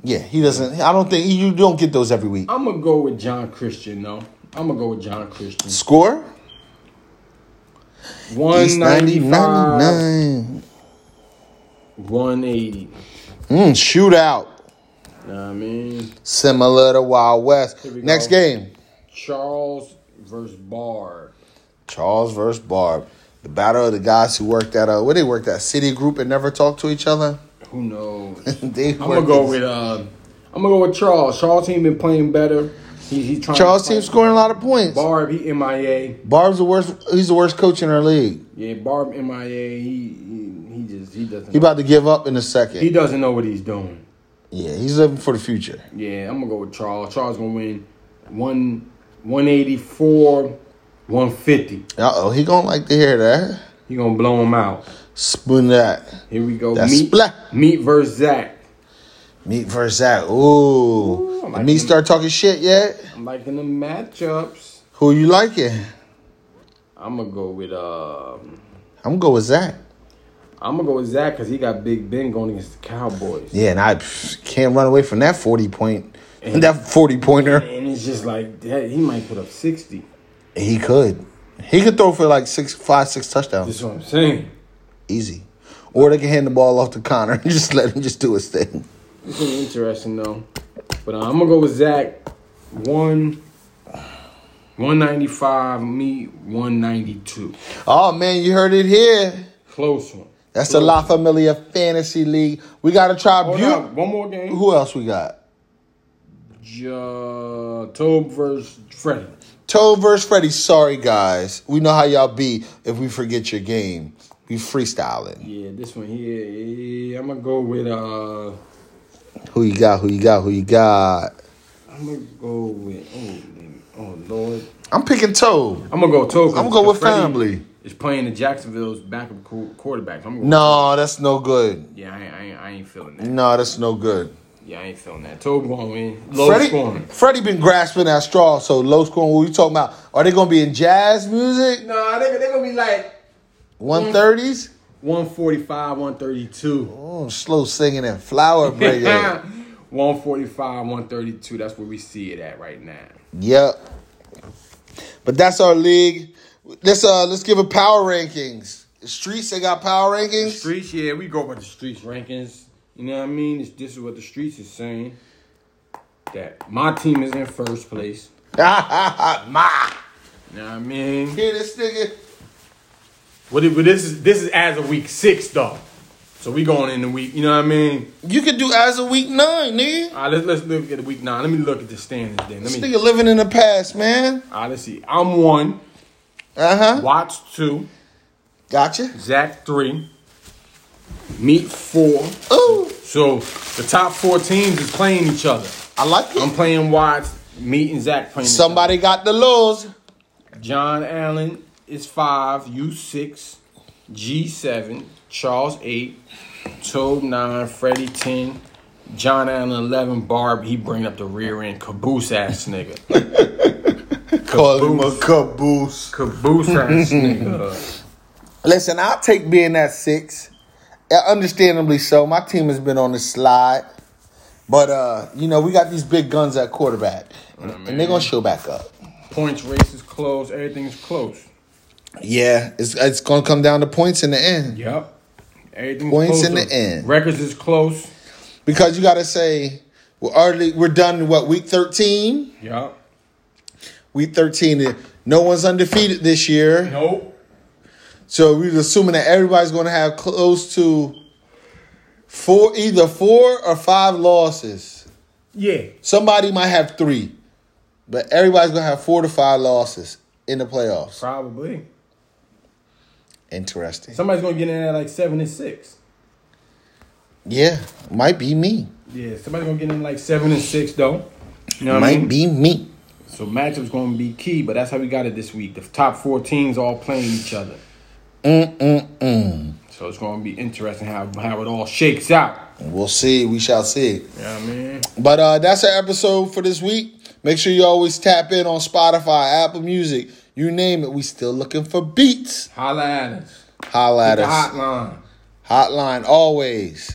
Speaker 1: Yeah, he doesn't. I don't think you don't get those every week.
Speaker 2: I'm gonna go with John Christian though. I'm gonna go with John Christian.
Speaker 1: Score
Speaker 2: One ninety five,
Speaker 1: 99.
Speaker 2: one eighty.
Speaker 1: Mm, shootout.
Speaker 2: Know what I mean,
Speaker 1: Similar to Wild West.
Speaker 2: we
Speaker 1: Next
Speaker 2: go.
Speaker 1: game.
Speaker 2: Charles versus Barr.
Speaker 1: Charles versus Barb. The battle of the guys who worked at uh where they worked at City Group and never talked to each other. <laughs>
Speaker 2: Who knows? <laughs>
Speaker 1: they
Speaker 2: I'm gonna go with uh, I'm gonna go with Charles. Charles team been playing better. He, he trying.
Speaker 1: Charles
Speaker 2: to fight.
Speaker 1: team scoring a lot of points.
Speaker 2: Barb he MIA.
Speaker 1: Barb's the worst he's the worst coach in our league.
Speaker 2: Yeah, Barb MIA. He he, he just he doesn't.
Speaker 1: He about to give up in a
Speaker 2: He
Speaker 1: second.
Speaker 2: doesn't know what he's doing.
Speaker 1: Yeah, he's living for the future.
Speaker 2: Yeah, I'm gonna go with Charles. Charles gonna win one one eighty four, one fifty.
Speaker 1: Uh oh, he gonna like to hear that.
Speaker 2: He gonna blow him out.
Speaker 1: Spoon that.
Speaker 2: Here we go.
Speaker 1: That's
Speaker 2: meat
Speaker 1: black.
Speaker 2: meat versus Zach.
Speaker 1: Meat versus that. Ooh.
Speaker 2: Ooh, I
Speaker 1: Did
Speaker 2: like
Speaker 1: meat
Speaker 2: him.
Speaker 1: start talking shit yet?
Speaker 2: I'm liking the matchups.
Speaker 1: Who you liking?
Speaker 2: I'm gonna go with um.
Speaker 1: I'm gonna go with Zach.
Speaker 2: I'm gonna go with Zach because he got Big Ben going against the Cowboys,
Speaker 1: Yeah, and I pff, can't run away from that forty point, that forty pointer.
Speaker 2: and it's just like that. He might put up sixty.
Speaker 1: He could, he could throw for like six, five, six touchdowns,
Speaker 2: That's what I'm saying.
Speaker 1: easy. Or they can hand the ball off to Connor and <laughs> just let him just do his thing.
Speaker 2: This is interesting though. But uh, I'm gonna go with Zach. One. 195, me 192.
Speaker 1: Oh man, you heard it here.
Speaker 2: Close one.
Speaker 1: That's the La Familia Fantasy League. We got to try.
Speaker 2: Hold
Speaker 1: Bu-
Speaker 2: on, one more game.
Speaker 1: Who else we got?
Speaker 2: Ja- Tobe versus Freddie.
Speaker 1: Toe versus Freddy. Sorry, guys. We know how y'all be if we forget your game. We freestyling.
Speaker 2: Yeah, this one here. Yeah, I'm gonna go with uh,
Speaker 1: Who you got? Who you got? Who you got?
Speaker 2: I'm gonna go with oh, man, oh lord.
Speaker 1: I'm picking Toe.
Speaker 2: I'm gonna go Token.
Speaker 1: I'm gonna go with family.
Speaker 2: Is playing the Jacksonville's backup qu- quarterback. I'm gonna go
Speaker 1: No, that's no good.
Speaker 2: Yeah, I ain't, I ain't, I ain't feeling that.
Speaker 1: No, that's no good.
Speaker 2: Yeah, I ain't feeling that. Token going win. Low
Speaker 1: Freddie,
Speaker 2: scoring.
Speaker 1: Freddie been grasping at straw, so low scoring. What we talking about? Are they gonna be in jazz music?
Speaker 2: Nah, they they gonna be like
Speaker 1: One thirties?
Speaker 2: 145, 132.
Speaker 1: Oh, slow singing and
Speaker 2: <laughs>
Speaker 1: flower breaking.
Speaker 2: 145, 132. That's where we see it at right now.
Speaker 1: Yep. But that's our league. Let's uh let's give it power rankings. Streets, they got power rankings. <laughs>
Speaker 2: Streets, yeah, we go by the streets rankings. You know what I mean? It's, this is what the streets is saying. That my team is in first place.
Speaker 1: Ma,
Speaker 2: You know what I mean?
Speaker 1: hear this nigga?
Speaker 2: What if, but this is this is as of week six though. So we going in the week, you know what I mean?
Speaker 1: You could do as of week nine, nigga.
Speaker 2: All right, let's let's look at week nine. Let me look at the standings then.
Speaker 1: This
Speaker 2: Let me.
Speaker 1: nigga living in the past, man.
Speaker 2: All right, let's see. I'm one.
Speaker 1: Uh huh.
Speaker 2: Watts two.
Speaker 1: Gotcha.
Speaker 2: Zach three. Meet four.
Speaker 1: Ooh,
Speaker 2: So the top four teams is playing each other.
Speaker 1: I like
Speaker 2: I'm
Speaker 1: it.
Speaker 2: playing Watts. Meet and Zach playing. each other.
Speaker 1: Somebody got the laws.
Speaker 2: John Allen is five, you six, G seven, Charles eight, Tobe nine, Freddie ten, John Allen eleven, Barb he bring up the rear end caboose ass nigga,
Speaker 1: Call him a
Speaker 2: Caboose.
Speaker 1: caboose.
Speaker 2: <laughs> caboose <laughs> ass nigga.
Speaker 1: Listen, I'll take being at six. Uh, Understandably so. My team has been on the slide. But uh, you know, we got these big guns at quarterback. and they're gonna show back up.
Speaker 2: Points race is close, everything's close.
Speaker 1: Yeah, it's it's gonna come down to points in the end
Speaker 2: Yep. Everything's
Speaker 1: Points
Speaker 2: close.
Speaker 1: in the end.
Speaker 2: Records is close.
Speaker 1: because you gotta say we're already we're done. What week thirteen?
Speaker 2: Yep.
Speaker 1: Week thirteen. No one's undefeated this year,
Speaker 2: Nope.
Speaker 1: so we're assuming that everybody's gonna have close to four, either four or five losses.
Speaker 2: Yeah.
Speaker 1: Somebody might have three, but everybody's gonna have four to five losses in the playoffs.
Speaker 2: Probably.
Speaker 1: Interesting.
Speaker 2: Somebody's gonna get in at like seven and six.
Speaker 1: Yeah, might be me.
Speaker 2: Yeah, somebody's gonna get in like seven and six though. You know what I mean?
Speaker 1: Might be me.
Speaker 2: So matchup's going to be key, but that's how we got it this week. The top four teams all playing each other.
Speaker 1: Mm,
Speaker 2: So it's going to be interesting how how it all shakes out.
Speaker 1: We'll see. We shall see.
Speaker 2: You know what I mean?
Speaker 1: But uh, that's our episode for this week. Make sure you always tap in on Spotify, Apple Music, you name it. We still looking for beats.
Speaker 2: Holla at us.
Speaker 1: Holla at
Speaker 2: The
Speaker 1: us.
Speaker 2: hotline.
Speaker 1: Hotline always.